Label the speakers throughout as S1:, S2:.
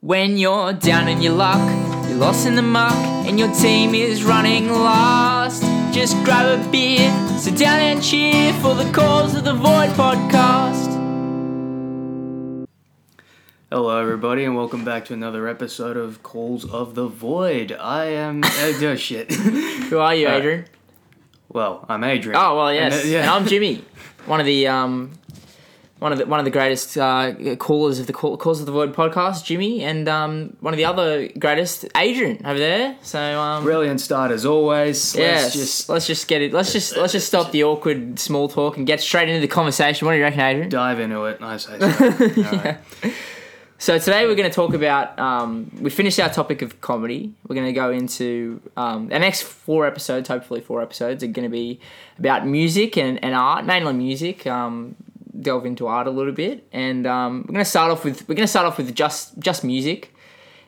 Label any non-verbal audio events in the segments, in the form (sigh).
S1: When you're down in your luck, you're lost in the muck, and your team is running last. Just grab a beer, sit down and cheer for the cause of the Void podcast.
S2: Hello, everybody, and welcome back to another episode of Calls of the Void. I am. (laughs) uh, oh, shit.
S1: Who are you,
S2: Uh,
S1: Adrian?
S2: well, I'm Adrian.
S1: Oh well, yes,
S2: And,
S1: and,
S2: uh, yeah.
S1: I'm Jimmy, one of the um, one of the one of the greatest uh, callers of the call, calls of the void podcast, Jimmy, and um, one of the other greatest, Adrian, over there. So um,
S2: Brilliant start as always.
S1: yes,
S2: Let's just
S1: let's just get it. Let's just let's just stop the awkward small talk and get straight into the conversation. What do you reckon, Adrian?
S2: dive into it.
S1: (laughs)
S2: I say so.
S1: So today we're going to talk about. Um, we finished our topic of comedy. We're going to go into um, the next four episodes. Hopefully, four episodes are going to be about music and, and art, mainly music. Um, delve into art a little bit, and um, we're going to start off with we're going to start off with just just music,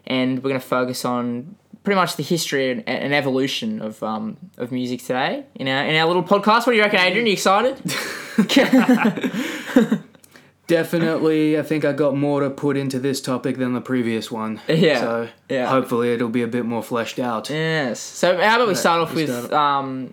S1: and we're going to focus on pretty much the history and, and evolution of um, of music today in our in our little podcast. What do you reckon, Adrian? You excited? (laughs)
S2: Definitely, I think I got more to put into this topic than the previous one.
S1: Yeah,
S2: So
S1: yeah.
S2: hopefully it'll be a bit more fleshed out.
S1: Yes. So how about we start off
S2: we
S1: with
S2: start
S1: um,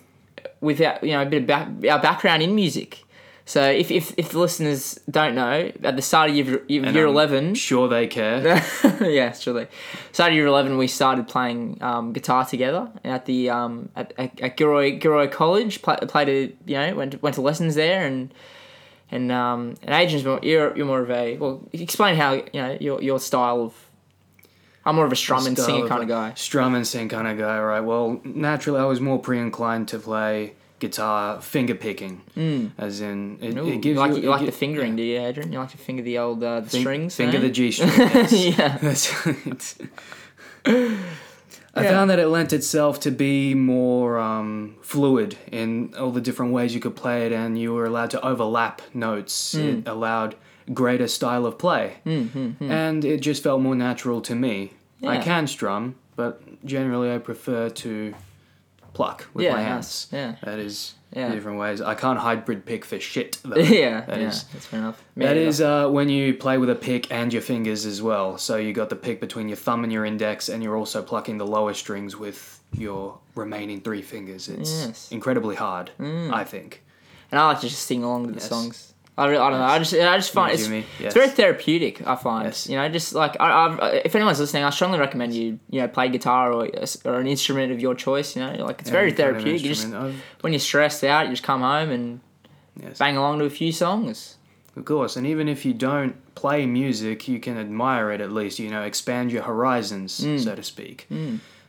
S1: with our, you know a bit of back, our background in music. So if, if, if the listeners don't know, at the start of year, year,
S2: And um,
S1: year
S2: I'm
S1: eleven, (laughs)
S2: Sure, they care.
S1: yes, surely. Start of year eleven, we started playing um, guitar together at the um, at, at, at Gilroy, Gilroy College. Pl- played a, you know went to, went to lessons there and and um, and Adrian's more you're, you're more of a well explain how you know your your style of I'm more of a strum and
S2: style
S1: singer kind of guy.
S2: Strum and sing kind of guy, right? Well, naturally, I was more pre-inclined to play guitar finger picking, mm. as in it,
S1: Hmm. Ooh,
S2: it
S1: you
S2: gives
S1: like, you
S2: it
S1: like
S2: gi-
S1: the fingering, do you, Adrian? You like to finger the old uh, the
S2: Think-
S1: strings?
S2: Think
S1: (laughs)
S2: of
S1: eh?
S2: the G string. yes.
S1: Yeah. (laughs)
S2: That's it. I
S1: Yeah.
S2: found that it lent itself to be more um, fluid in all the different ways you could play it, and you were allowed to overlap notes.
S1: Hmm.
S2: It allowed greater style of play, and it just felt more natural to me. I
S1: hmm. Yeah.
S2: can strum, but generally I prefer to pluck with
S1: Yeah,
S2: my
S1: nice.
S2: hands.
S1: Yeah.
S2: That is
S1: Yeah.
S2: different ways. I can't hybrid pick for shit.
S1: (laughs)
S2: Though.
S1: yeah,
S2: That
S1: yeah,
S2: is-
S1: that's fair enough.
S2: that is uh, when you play with a pick and your fingers as well. So you got the pick between your thumb and your index, and you're also plucking the lower strings with your remaining three fingers. It's
S1: Yes. Mm.
S2: incredibly hard, I think.
S1: and I like to just sing along to the
S2: Yes.
S1: songs. I, re- I don't know. I just I just find
S2: You,
S1: it's,
S2: Jimmy,
S1: it's
S2: yes.
S1: very therapeutic. I find
S2: Yes.
S1: you know just like I, I if anyone's listening, I strongly recommend you you know play guitar or or an instrument of your choice. You know like it's very
S2: Any kind of
S1: therapeutic. you just
S2: instrument. I've-
S1: when you're stressed out, you just come home and
S2: Yes.
S1: bang along to a few songs.
S2: Of course, and even if you don't play music, you can admire it at least, you know, expand your horizons,
S1: Mm.
S2: so to speak.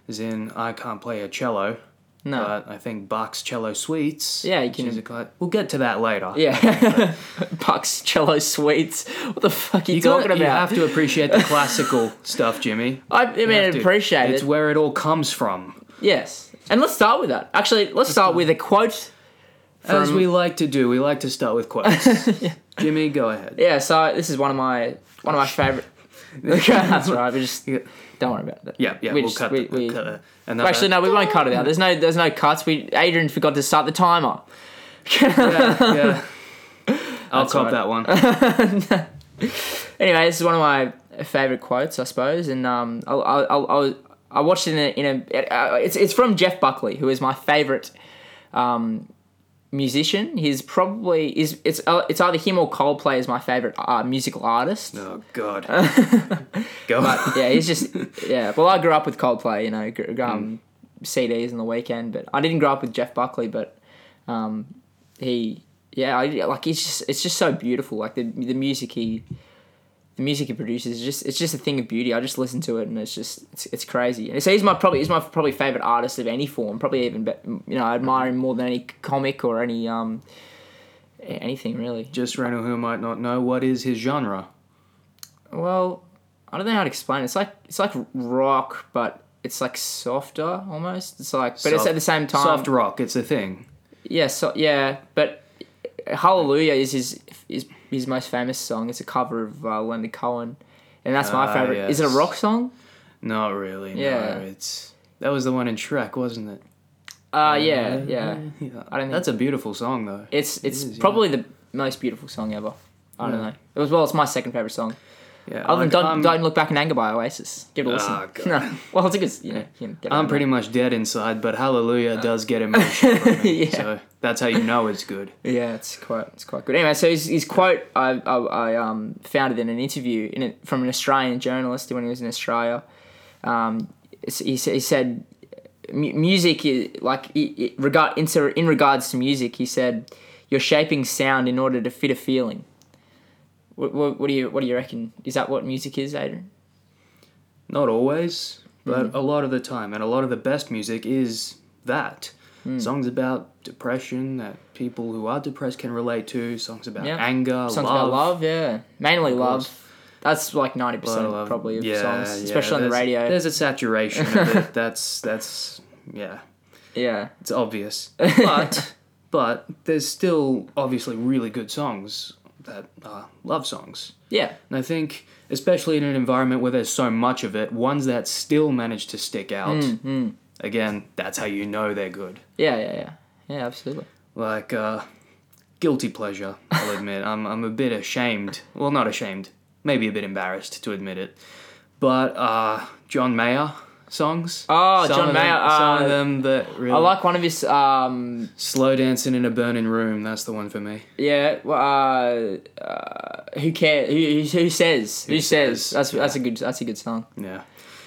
S2: As in, I can't play a cello,
S1: No.
S2: but I think Bach's Cello Suites.
S1: Yeah, you
S2: which
S1: can-
S2: is a cla- we'll get to that later.
S1: yeah, (laughs) Bucks Cello Suites. What the fuck are you,
S2: You,
S1: talking
S2: gotta-
S1: about?
S2: you have to appreciate the
S1: (laughs)
S2: classical stuff, Jimmy.
S1: I, I mean,
S2: You
S1: I
S2: have to.
S1: appreciate
S2: It's
S1: it.
S2: where it all comes from.
S1: Yes. And let's start with that. Actually, let's start with a quote.
S2: As we like to do, we like to start
S1: (laughs)
S2: with quotes. Jimmy, go ahead.
S1: Yeah, so this is one of my one of my favorite. (laughs) That's right. We just
S2: Yeah,
S1: don't worry about that.
S2: yeah, yeah
S1: We
S2: we'll
S1: just-
S2: cut.
S1: we-
S2: the-
S1: we-
S2: cut the- another-
S1: Actually, no, we won't cut it out. There's no there's no cuts. We Adrian forgot to start the timer.
S2: Yeah, (laughs)
S1: (laughs)
S2: yeah. I'll
S1: That's
S2: cop
S1: right.
S2: that one.
S1: Anyway, this is one of my favorite quotes, I suppose, and um, I I I, I, I watched it in a, in a uh, it's it's from Jeff Buckley, who is my favorite um, musician. He's probably is it's uh, it's either him or Coldplay is my favorite uh, musical artist.
S2: (laughs) Oh
S1: (laughs)
S2: God. Go. on.
S1: yeah, he's just yeah. Well, I grew up with Coldplay, you know, gr- um, CDs on the weekend, but I didn't grow up with Jeff Buckley, but um, he yeah, I, like it's just it's just so beautiful. Like the the music he the music he produces is just it's just a thing of beauty. I just listen to it and it's just it's, it's crazy. And so he's my probably he's my probably favorite artist of any form. Probably even be, you know I admire him more than any comic or any um a- anything really.
S2: Just for anyone who might not know, what is his genre?
S1: Well, I don't know how to explain. it. It's like it's like rock, but it's like softer almost. It's like, but it's
S2: Soft-
S1: at the same time.
S2: Soft rock. It's a thing.
S1: Yeah, so, yeah, but Hallelujah is his is his most famous song. It's a cover of uh, Leonard Cohen, and that's my
S2: Ah,
S1: favorite. Is it a
S2: yes.
S1: rock song?
S2: Not really.
S1: Yeah.
S2: No, it's that was the one in Shrek, wasn't it?
S1: Uh, yeah, yeah.
S2: Yeah.
S1: I don't think
S2: That's a beautiful song though.
S1: it's it's
S2: is, yeah.
S1: probably the most beautiful song ever. I don't
S2: Yeah.
S1: know. It was well, it's my second favorite song.
S2: Yeah,
S1: Other than
S2: like, um,
S1: don't,
S2: I'm-
S1: don't look back in anger by Oasis. Give it a listen.
S2: Ah, God.
S1: No. (laughs) Well, it's a good. You know, you can get
S2: I'm
S1: around
S2: pretty much dead inside, but Hallelujah
S1: (laughs)
S2: does get emotional. from
S1: that.
S2: me,
S1: Uh, yeah.
S2: So that's how you know it's good.
S1: Yeah, it's quite it's quite good. Anyway, so his, his quote I, I, I um, found it in an interview in a, from an Australian journalist when he was in Australia. Um, he, sa- he said, "Mu- "Music is like i i regard in, so in regards to music." He said, "You're shaping sound in order to fit a feeling." What, what, what do you what do you reckon? Is that what music is, Adrian?
S2: Not always, but
S1: Mm-hmm.
S2: a lot of the time, and a lot of the best music is that.
S1: Hmm.
S2: Songs about depression that people who are depressed can relate to. Songs about
S1: Yeah.
S2: anger,
S1: Songs
S2: love.
S1: about love, yeah, mainly
S2: course.
S1: love. That's like ninety
S2: lot
S1: percent
S2: of love.
S1: probably of
S2: Yeah,
S1: songs,
S2: yeah,
S1: especially on the
S2: there's-
S1: radio.
S2: There's a saturation
S1: (laughs)
S2: of it. That's that's yeah.
S1: yeah,
S2: It's obvious.
S1: (laughs)
S2: But but there's still obviously really good songs that are love songs.
S1: yeah,
S2: And I think especially in an environment where there's so much of it, ones that still manage to stick out.
S1: Hmm,
S2: Again, that's how you know they're good.
S1: yeah, yeah, yeah, yeah, absolutely.
S2: Like uh guilty pleasure,
S1: (laughs)
S2: I'll admit. I'm I'm a bit ashamed. Well, not ashamed. Maybe a bit embarrassed to admit it. But uh John Mayer songs.
S1: Oh,
S2: Some
S1: John
S2: of them-
S1: Mayer,
S2: some
S1: uh,
S2: of them that really
S1: I like one of his. Um,
S2: Slow dancing in a burning room. That's the one for me.
S1: yeah. well, Uh, uh, who cares? Who, who, who says? Who, says?
S2: says?
S1: That's that's a good. That's a good song.
S2: Yeah.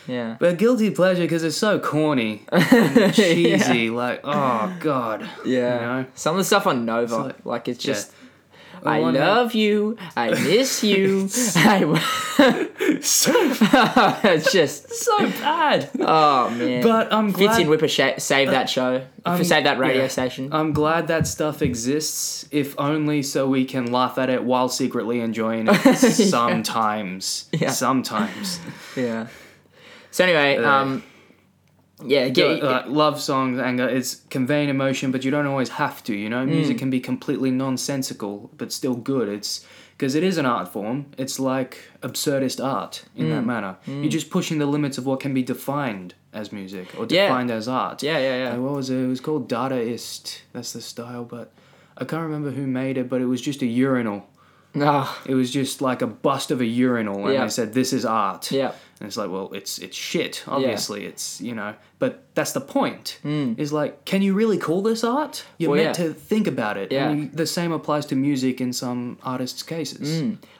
S1: Yeah.
S2: But guilty pleasure because it's so
S1: (laughs)
S2: corny, and cheesy. Like oh god.
S1: Yeah.
S2: You know.
S1: Some of the stuff on Nova, like,
S2: like-
S1: it's just.
S2: I
S1: I
S2: wanna-
S1: love you. I miss
S2: (laughs)
S1: you. I. (laughs) it's just.
S2: (laughs) So bad.
S1: Oh man.
S2: But I'm
S1: Fits
S2: glad-
S1: in Whipper sha- save that show.
S2: Um,
S1: save that radio
S2: yeah. Um,
S1: station.
S2: I'm glad that stuff exists, if only so we can laugh at it while secretly enjoying
S1: (laughs)
S2: it. Sometimes.
S1: Yeah.
S2: Sometimes.
S1: yeah. So anyway,
S2: Uh,
S1: um, yeah, get,
S2: Uh, love songs, anger. It's conveying emotion, but you don't always have to. You know,
S1: Mm.
S2: music can be completely nonsensical, but still good. It's because it is an art form. It's like absurdist art in
S1: Mm.
S2: that manner. You're just pushing the limits of what can be defined as music or
S1: Yeah.
S2: defined as art.
S1: yeah, yeah,
S2: Uh,
S1: yeah.
S2: what was it? It was called Dadaist. That's the style, but I can't remember who made it. But it was just a urinal.
S1: No,
S2: It was just like a bust of a urinal, and
S1: Yeah.
S2: they said this is art.
S1: yeah.
S2: And it's like, well, it's it's shit. Obviously, it's you know, but that's the point. Is like, can you really call this art? You're
S1: Hmm. Well,
S2: meant
S1: yeah.
S2: to think about it.
S1: Yeah.
S2: And you, the same applies to music in some artists' cases.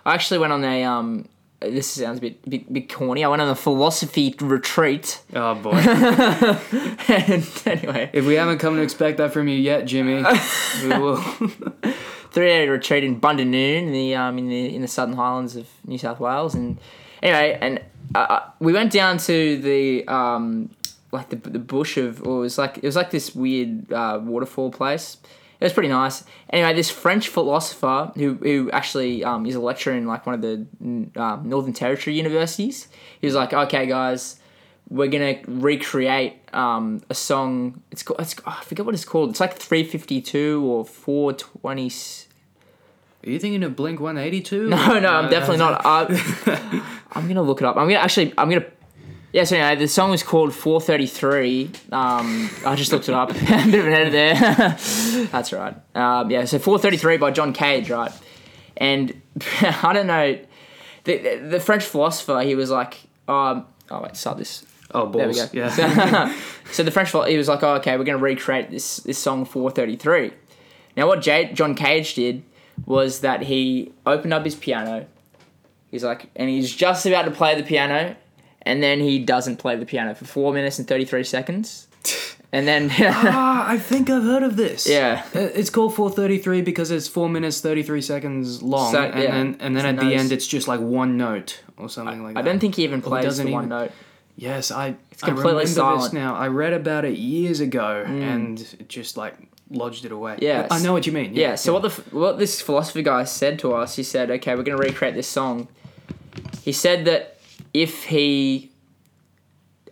S1: I actually went on a um. This sounds a bit bit, bit corny. I went on a philosophy retreat, (laughs)
S2: Oh boy!
S1: and anyway,
S2: if we haven't come to expect that from you yet, Jimmy,
S1: (laughs)
S2: we will.
S1: three day retreat in Bundanoon, in the um in the in the Southern Highlands of New South Wales, and anyway, and uh, uh, we went down to the um like the the bush of or it was like it was like this weird uh, waterfall place. It was pretty nice. Anyway, this French philosopher who, who actually um, is a lecturer in like one of the mm, um, Northern Territory universities, he was like, "Okay, guys, we're gonna recreate um, a song. It's called. It's, oh, I forget what it's called. It's like three fifty two or four twenty.
S2: Are you thinking of Blink One Uh, Eighty
S1: (laughs)
S2: Two?
S1: No, no, I'm definitely not. I, (laughs) I'm gonna look it up. I'm gonna actually. I'm gonna. Yeah, so anyway, the song was called 433. Um, I just looked it up. (laughs) a bit of an edit there. (laughs) That's all right. Um, yeah, so 433 by John Cage, right? And (laughs) I don't know. The, the, the French philosopher, he was like, um, oh, wait, start this.
S2: Oh
S1: There we
S2: balls!
S1: go. (laughs)
S2: Yeah.
S1: So the French, he was like, oh, okay, we're going to recreate this, this song 433. Now, what J- John Cage did was that he opened up his piano. He's like, and he's just about to play the piano, and then he doesn't play the piano for 4 minutes and 33 seconds. And
S2: (laughs)
S1: then,
S2: Ah, I think I've heard of this.
S1: yeah.
S2: Uh, It's called 433 because it's 4 minutes 33 seconds long
S1: So,
S2: and
S1: yeah.
S2: then and
S1: It's
S2: then at
S1: a
S2: the
S1: nice-
S2: end it's just like one note or something
S1: (laughs)
S2: like
S1: I
S2: that.
S1: don't think he even
S2: he
S1: plays
S2: doesn't
S1: the one
S2: even-
S1: note.
S2: Yes, I it's
S1: completely
S2: I remember
S1: silent. Mm.
S2: this now. I read about it years ago and it just like lodged it away.
S1: Yes.
S2: I know what you mean.
S1: Yeah, so what the f- what this philosophy guy said to us, he said, "Okay, we're going to recreate this song." He said that if he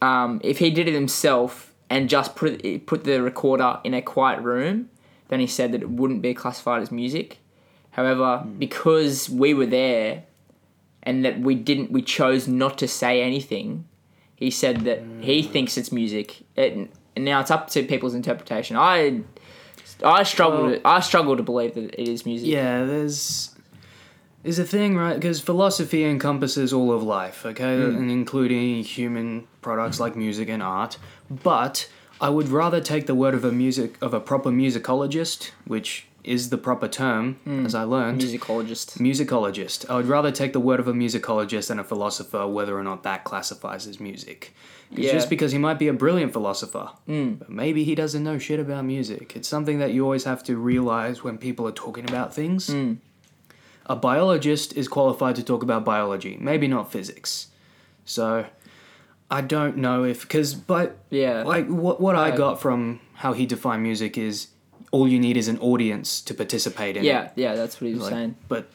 S1: um, if he did it himself and just put it, put the recorder in a quiet room, then he said that it wouldn't be classified as music. However,
S2: Hmm.
S1: because we were there and that we didn't we chose not to say anything, he said that he
S2: Hmm.
S1: thinks it's music. It, and now it's up to people's interpretation. I I struggle
S2: Well-
S1: to, I struggle to believe that it is music.
S2: Yeah, there's is a thing, right? Because philosophy encompasses all of life, okay, and including human products like music and art. But I would rather take the word of a music of a proper musicologist, which is the proper term, as I learned.
S1: Musicologist.
S2: Musicologist. I would rather take the word of a musicologist than a philosopher, whether or not that classifies as music. 'Cause
S1: Yeah. Mm.
S2: Just because he might be a brilliant philosopher, but maybe he doesn't know shit about music. It's something that you always have to realize when people are talking about things.
S1: Mm.
S2: A biologist is qualified to talk about biology, maybe not physics. So I don't know if because but
S1: Yeah.
S2: like what what
S1: Uh,
S2: I got from how he defined music is all you need is an audience to participate in. it.
S1: Yeah, yeah, that's what he was
S2: Like,
S1: saying.
S2: But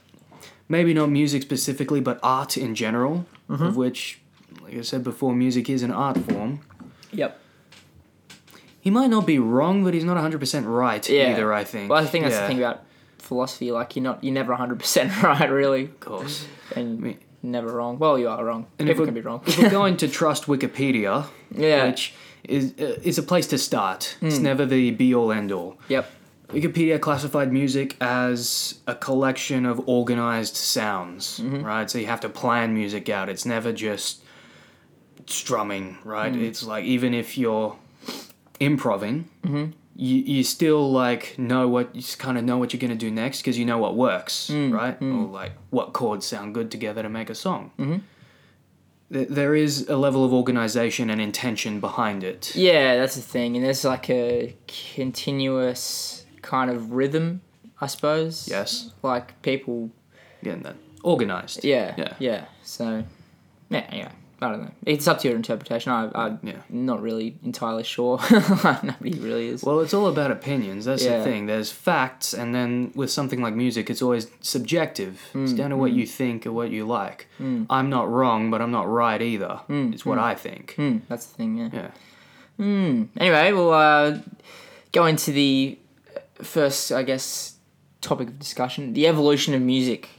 S2: maybe not music specifically, but art in general,
S1: Mm-hmm.
S2: of which, like I said before, music is an art form.
S1: Yep.
S2: He might not be wrong, but he's not 100% right
S1: Yeah.
S2: either, I think.
S1: Well, I think that's
S2: Yeah,
S1: the thing about philosophy. Like, you're not, you're never 100 percent (laughs) right, really,
S2: Of course.
S1: and
S2: mean-
S1: never wrong. Well, you are wrong.
S2: And if
S1: People
S2: we-
S1: can be wrong.
S2: (laughs) if we're going to trust Wikipedia,
S1: Yeah. Hmm.
S2: which is, uh, is a place to start, it's never the be all end all.
S1: yep.
S2: Wikipedia classified music as a collection of organized sounds,
S1: Mm-hmm.
S2: right? So you have to plan music out. It's never just strumming, right?
S1: Mm.
S2: It's like even if you're improving,
S1: Mm-hmm.
S2: you, you still like know what you kind of know what you're gonna do next because you know what works,
S1: Mm,
S2: right? Or like what chords sound good together to make a song.
S1: Mm-hmm.
S2: There- There is a level of organization and intention behind it.
S1: Yeah, that's the thing. And there's like a continuous kind of rhythm, I suppose.
S2: Yes,
S1: Like people.
S2: getting that organized.
S1: Yeah.
S2: Yeah.
S1: Yeah. Yeah. So, yeah. Anyway, I don't know. It's up to your interpretation. I, I'm
S2: Yeah.
S1: not really entirely sure. (laughs) Nobody really is.
S2: Well, it's all about opinions. That's the
S1: Yeah.
S2: thing. There's facts, and then with something like music, it's always subjective.
S1: Mm,
S2: it's down to what you think or what you like. I'm not wrong, but I'm not right either.
S1: Mm,
S2: it's what I think.
S1: Hmm, that's the thing. Yeah. Hmm,
S2: Yeah.
S1: Anyway, we'll uh, go into the first, I guess, topic of discussion: the evolution of music.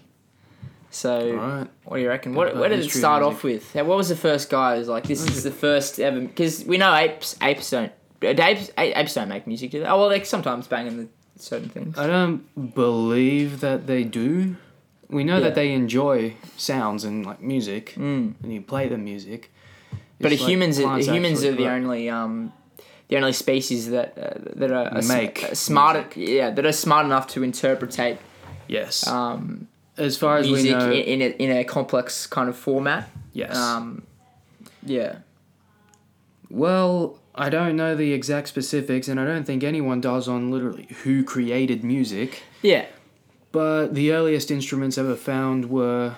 S1: So.
S2: All right.
S1: What do you reckon? What,
S2: about
S1: where did it
S2: history of
S1: start
S2: music?
S1: off with? What was the first guy who was like, this is the first ever? Because we know apes, apes don't, uh, do apes, a- apes don't make music, do they? Oh, well, they sometimes bang in the certain things.
S2: I don't believe that they do. We know
S1: Yeah. Mm.
S2: that they enjoy sounds and like music, and you play the music.
S1: but
S2: It's like
S1: humans, are,
S2: plants
S1: humans are
S2: actually,
S1: the
S2: right?
S1: only, um, the only species that uh, that are, are sm-
S2: Make
S1: uh, smart, yeah, that are smart enough to interpretate
S2: Yes.
S1: um,
S2: as far as we
S1: music
S2: know,
S1: in, in, a, in a complex kind of format.
S2: yes.
S1: Um, yeah.
S2: Well, I don't know the exact specifics, and I don't think anyone does on literally who created music.
S1: Yeah.
S2: But the earliest instruments ever found were,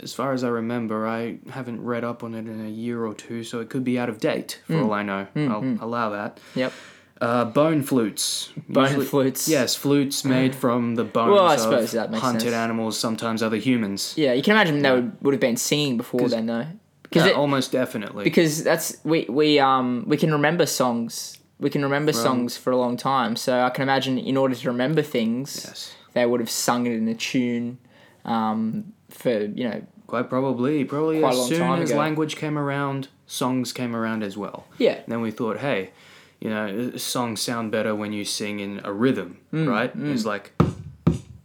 S2: as far as I remember, I haven't read up on it in a year or two, so it could be out of date
S1: Hmm.
S2: for all I know. I'll allow that.
S1: Yep.
S2: Uh, bone flutes.
S1: Bone flutes.
S2: Yes,
S1: (sighs)
S2: flutes made from the bones
S1: Well, I
S2: of
S1: suppose that makes
S2: hunted
S1: sense.
S2: animals, sometimes other humans.
S1: Yeah. You can imagine they would, would have been singing before
S2: 'Cause-
S1: then, though.
S2: Yeah,
S1: it-
S2: Uh, almost definitely.
S1: because that's we we um we can remember songs we can remember songs for a long time so i can imagine in order to remember things
S2: yes,
S1: they would have sung it in a tune um for you know
S2: quite probably. Probably
S1: Quite a
S2: as
S1: long
S2: soon
S1: time
S2: as
S1: ago.
S2: language came around, songs came around as well.
S1: yeah
S2: And then we thought, hey, you know, songs sound better when you sing in a rhythm,
S1: Mm,
S2: right? It's like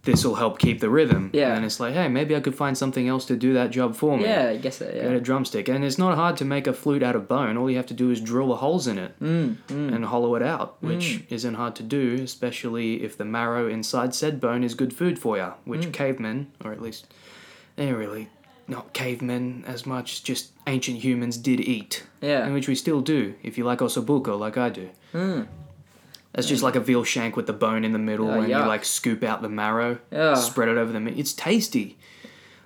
S2: this will help keep the rhythm.
S1: Yeah.
S2: And then it's like, hey, maybe I could find something else to do that job for me.
S1: yeah i guess that
S2: Get
S1: yeah
S2: a drumstick, and it's not hard to make a flute out of bone. All you have to do is drill the holes in it
S1: Mm,
S2: and hollow it out, which isn't hard to do, especially if the marrow inside said bone is good food for you. Which
S1: Mm.
S2: cavemen, or at least they're really not cavemen as much, just ancient humans did eat
S1: yeah Hmm.
S2: and which we still do if you like ossobuco like I do. That's just like a veal shank with the bone in the middle,
S1: Oh,
S2: and you
S1: yuck.
S2: like scoop out the marrow,
S1: Yeah.
S2: spread it over the meat. It's tasty.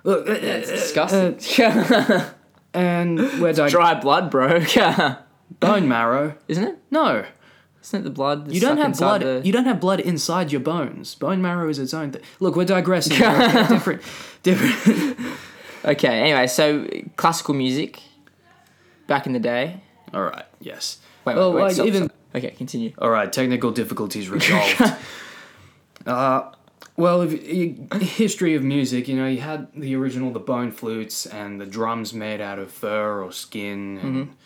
S2: Look,
S1: it's
S2: uh,
S1: disgusting
S2: and we're
S1: (laughs)
S2: dig-
S1: dry blood bro (laughs)
S2: bone marrow.
S1: isn't it
S2: No,
S1: isn't it the blood that's
S2: you don't
S1: stuck
S2: have
S1: inside
S2: blood.
S1: the-
S2: You don't have blood inside your bones. Bone marrow is its own thing. Look, we're
S1: (laughs)
S2: digressing. We're different, different. (laughs)
S1: okay anyway so classical music back in the day
S2: All right. Yes.
S1: wait, wait,
S2: Well,
S1: wait
S2: like,
S1: stop,
S2: even-
S1: stop. okay continue
S2: All right, technical difficulties resolved. uh, well, if you, history of music, you know, you had the original the bone flutes and the drums made out of fur or skin. And,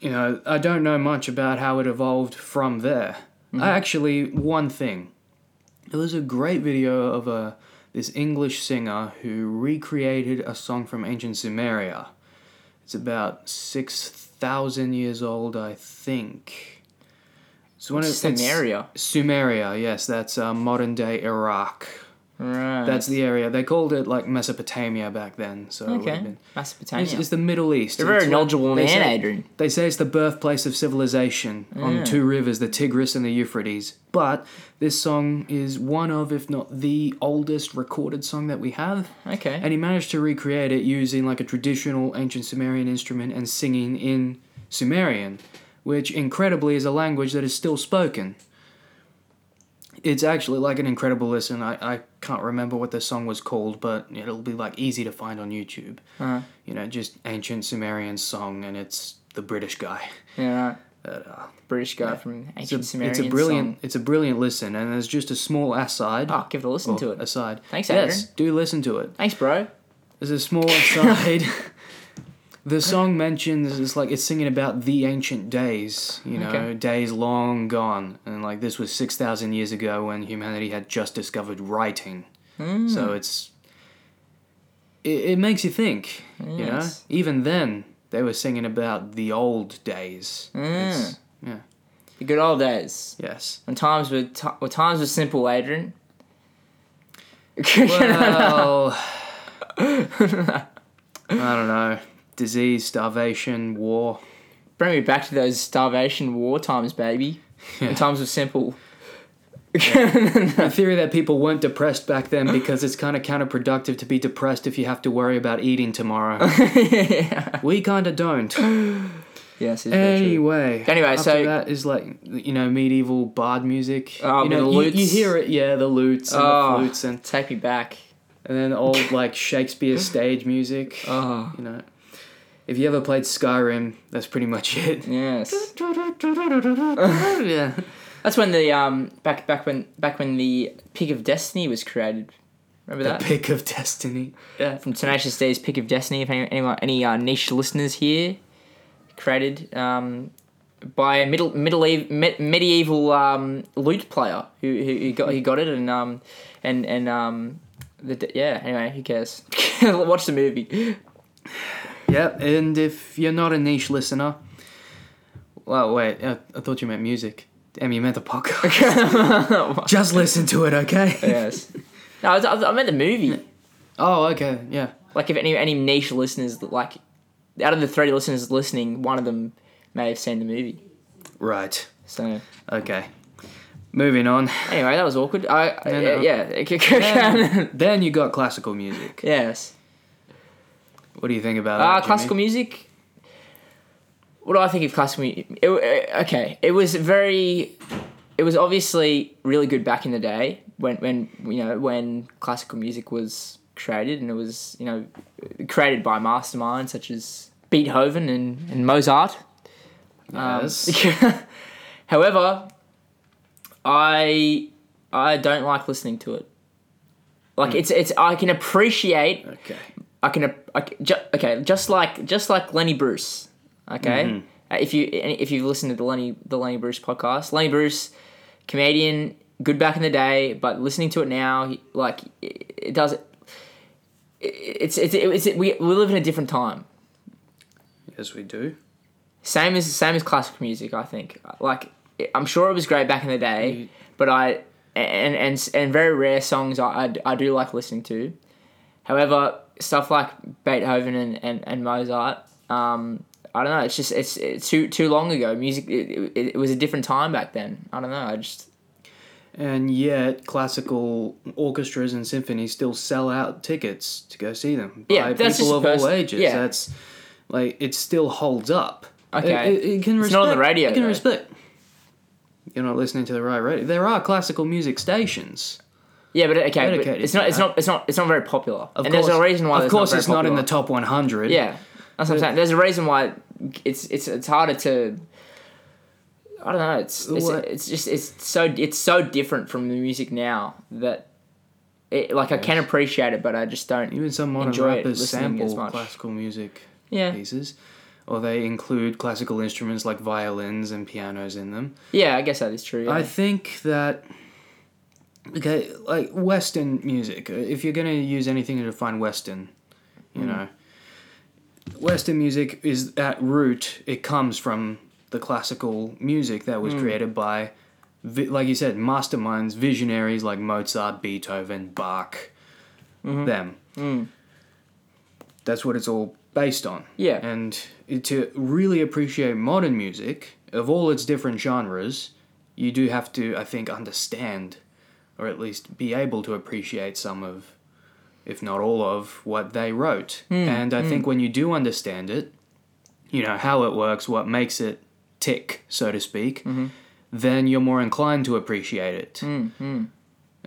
S2: You know, I don't know much about how it evolved from
S1: Mm-hmm.
S2: there. I actually, one thing, there was a great video of a this English singer who recreated a song from ancient Sumeria. It's about 6,000 years old, I think. So when it's- it's-
S1: Sumeria.
S2: Sumeria, yes, that's uh, modern day Iraq.
S1: Right.
S2: That's the area. They called it like Mesopotamia back then. So it would have
S1: okay.
S2: been-
S1: Mesopotamia.
S2: It's, it's the Middle East.
S1: You're a very
S2: It's where-
S1: knowledgeable
S2: they
S1: man,
S2: say-
S1: Adrian.
S2: They say it's the birthplace of civilization on two rivers, the Tigris and the Euphrates. But this song is one of, if not the oldest recorded song that we have.
S1: Okay.
S2: And he managed to recreate it using like a traditional ancient Sumerian instrument and singing in Sumerian, which incredibly is a language that is still spoken. It's actually like an incredible listen. I, I can't remember what the song was called, but it'll be like easy to find on YouTube.
S1: Uh-huh.
S2: You know, just ancient Sumerian song, and it's the British
S1: (laughs)
S2: guy.
S1: yeah, right.
S2: That, uh,
S1: British guy from
S2: it's, a,
S1: ancient
S2: it's a
S1: Sumerian.
S2: brilliant, it's a brilliant listen, and there's just a small aside.
S1: Song. Oh, give it a listen
S2: Well,
S1: to it.
S2: Aside.
S1: Thanks,
S2: Yes,
S1: Adrian.
S2: do listen to it.
S1: Thanks, bro.
S2: There's a small aside. (laughs) the song mentions it's like it's singing about the ancient days, you know,
S1: Okay.
S2: days long gone, and like this was six thousand years ago when humanity had just discovered writing.
S1: Hmm.
S2: So it's it, it makes you think, you know.
S1: Yes.
S2: Even then, they were singing about the old days.
S1: Hmm.
S2: It's- yeah.
S1: The good old days. (laughs)
S2: Yes.
S1: When times were ti when times were simple, Adrian.
S2: Well, I don't know. Disease, starvation, war.
S1: (laughs) Bring me back to those starvation war times, baby. When times were simple.
S2: the theory that people weren't depressed back then because it's kind of counterproductive to be depressed if you have to worry about eating
S1: (laughs)
S2: tomorrow. we kind of don't.
S1: Yes, it's very true.
S2: Anyway.
S1: Anyway,
S2: after
S1: so-
S2: that is like you know medieval bard music.
S1: Oh,
S2: you
S1: with
S2: know
S1: the
S2: you-
S1: lutes.
S2: You, hear it, yeah, the lutes and
S1: Oh.
S2: the flutes and
S1: Take me back.
S2: and
S1: (laughs)
S2: then old like Shakespeare stage music.
S1: Oh.
S2: You know, if you ever played Skyrim, that's pretty
S1: (laughs)
S2: much it. (laughs)
S1: Yes.
S2: yeah.
S1: That's when the um back back when back when the Pig of Destiny was created. Remember
S2: The
S1: that?
S2: pick of destiny. Yeah.
S1: uh, From Tenacious D's Pick of Destiny, if any, anyone any uh, niche listeners here, created um by a middle middle ev- me- medieval um lute player who who, who got he got it and um and and um the, d- yeah anyway who cares (laughs) watch the movie
S2: Yep, and if you're not a niche listener, well, wait, I, I thought you meant music. Damn, you meant the podcast. (laughs) Just listen to it, okay?
S1: yes no I, was- I, was- I meant the movie
S2: Oh, okay, yeah.
S1: like if any any niche listeners like out of the three listeners listening one of them may have seen the movie
S2: Right,
S1: so
S2: okay. Moving on.
S1: anyway that was awkward I, I
S2: No, no.
S1: yeah yeah (laughs)
S2: (laughs) then you got classical music.
S1: yes
S2: What do you think about
S1: Uh,
S2: that?
S1: classical music. What do I think of classical music? It, uh, okay, it was very. It was obviously really good back in the day when when you know when classical music was created and it was you know created by masterminds such as Beethoven and, and Mozart. (laughs) Um,
S2: Yes. (laughs)
S1: However, I I don't like listening to it. Like it's it's I can appreciate
S2: okay.
S1: I can, I can ju- okay, just like just like Lenny Bruce, okay. Uh, If you if you've listened to the Lenny the Lenny Bruce podcast, Lenny Bruce, comedian, good back in the day, but listening to it now, he- like it, it does. It, it's it's it's it, we we live in a different time.
S2: Yes, we do.
S1: Same as same as classical music, I think. Like I'm sure it was great back in the day,
S2: Mm.
S1: but I and and and very rare songs I, I, I do like listening to. However, stuff like Beethoven and, and, and Mozart, um, I don't know. It's just it's, it's too too long ago. Music it, it, it was a different time back then. I don't know. I just
S2: And yet, classical orchestras and symphonies still sell out tickets to go see them by
S1: Yeah, that's
S2: people
S1: just
S2: of all
S1: pers-
S2: ages.
S1: yeah.
S2: That's like it still holds up.
S1: Okay.
S2: it, it- it can
S1: It's
S2: respect,
S1: not on the radio,
S2: It can
S1: though.
S2: respect. You're not listening to the right radio. There are classical music stations.
S1: yeah, but okay, but
S2: Dedicated
S1: it's
S2: to
S1: not it's
S2: that.
S1: not it's not it's not very popular.
S2: Of
S1: and
S2: course,
S1: there's a reason why.
S2: Of
S1: it's
S2: course,
S1: very
S2: it's not in
S1: popular.
S2: the top 100.
S1: Yeah, that's what I'm saying. There's a reason why it's it's it's harder to. I don't know. It's it's,
S2: What?
S1: it's just it's so it's so different from the music now that, it, like I can appreciate it, but I just don't.
S2: Even some modern
S1: Enjoy it,
S2: rappers
S1: listening as
S2: sample
S1: much.
S2: classical music
S1: Yeah,
S2: pieces, or they include classical instruments like violins and pianos in them.
S1: yeah. I guess that is true. Yeah.
S2: I think that Okay, like Western music. uh, If you're gonna use anything to define Western, you know, Western music is at root. It comes from the classical music that was created by, vi- like you said, masterminds, visionaries like Mozart, Beethoven, Bach, them. That's what it's all based on.
S1: Yeah.
S2: And to really appreciate modern music of all its different genres, you do have to, I think, understand or at least be able to appreciate some of, if not all of, what they wrote. And I think when you do understand it, you know, how it works, what makes it tick, so to speak, then you're more inclined to appreciate it.
S1: Mm,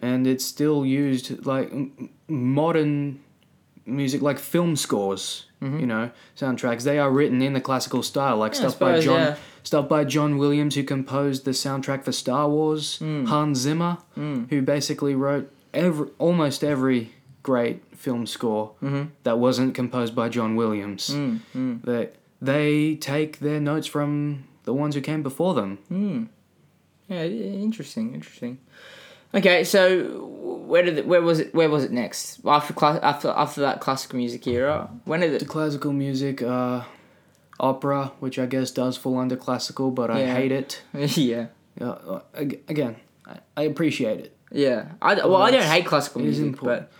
S2: And it's still used like m- m- modern music, like film scores, you know, soundtracks. They are written in the classical style, like
S1: I
S2: stuff by
S1: suppose,
S2: John.
S1: Mm-hmm. yeah.
S2: Stuff by John Williams, who composed the soundtrack for Star Wars.
S1: Mm.
S2: Hans Zimmer, who basically wrote every almost every great film score
S1: Mm-hmm.
S2: that wasn't composed by John Williams.
S1: Mm,
S2: That they take their notes from the ones who came before them.
S1: Yeah, i- interesting, interesting. Okay, so where did it, where was it? Where was it next? After class, after after that classical music era, when did
S2: The
S1: it?
S2: classical music, uh, opera, which I guess does fall under classical, but I
S1: Yeah.
S2: hate it.
S1: (laughs) yeah,
S2: Uh, ag- again, I, I appreciate it.
S1: yeah. I well, I don't
S2: it's-
S1: hate classical
S2: it is
S1: music,
S2: important.
S1: but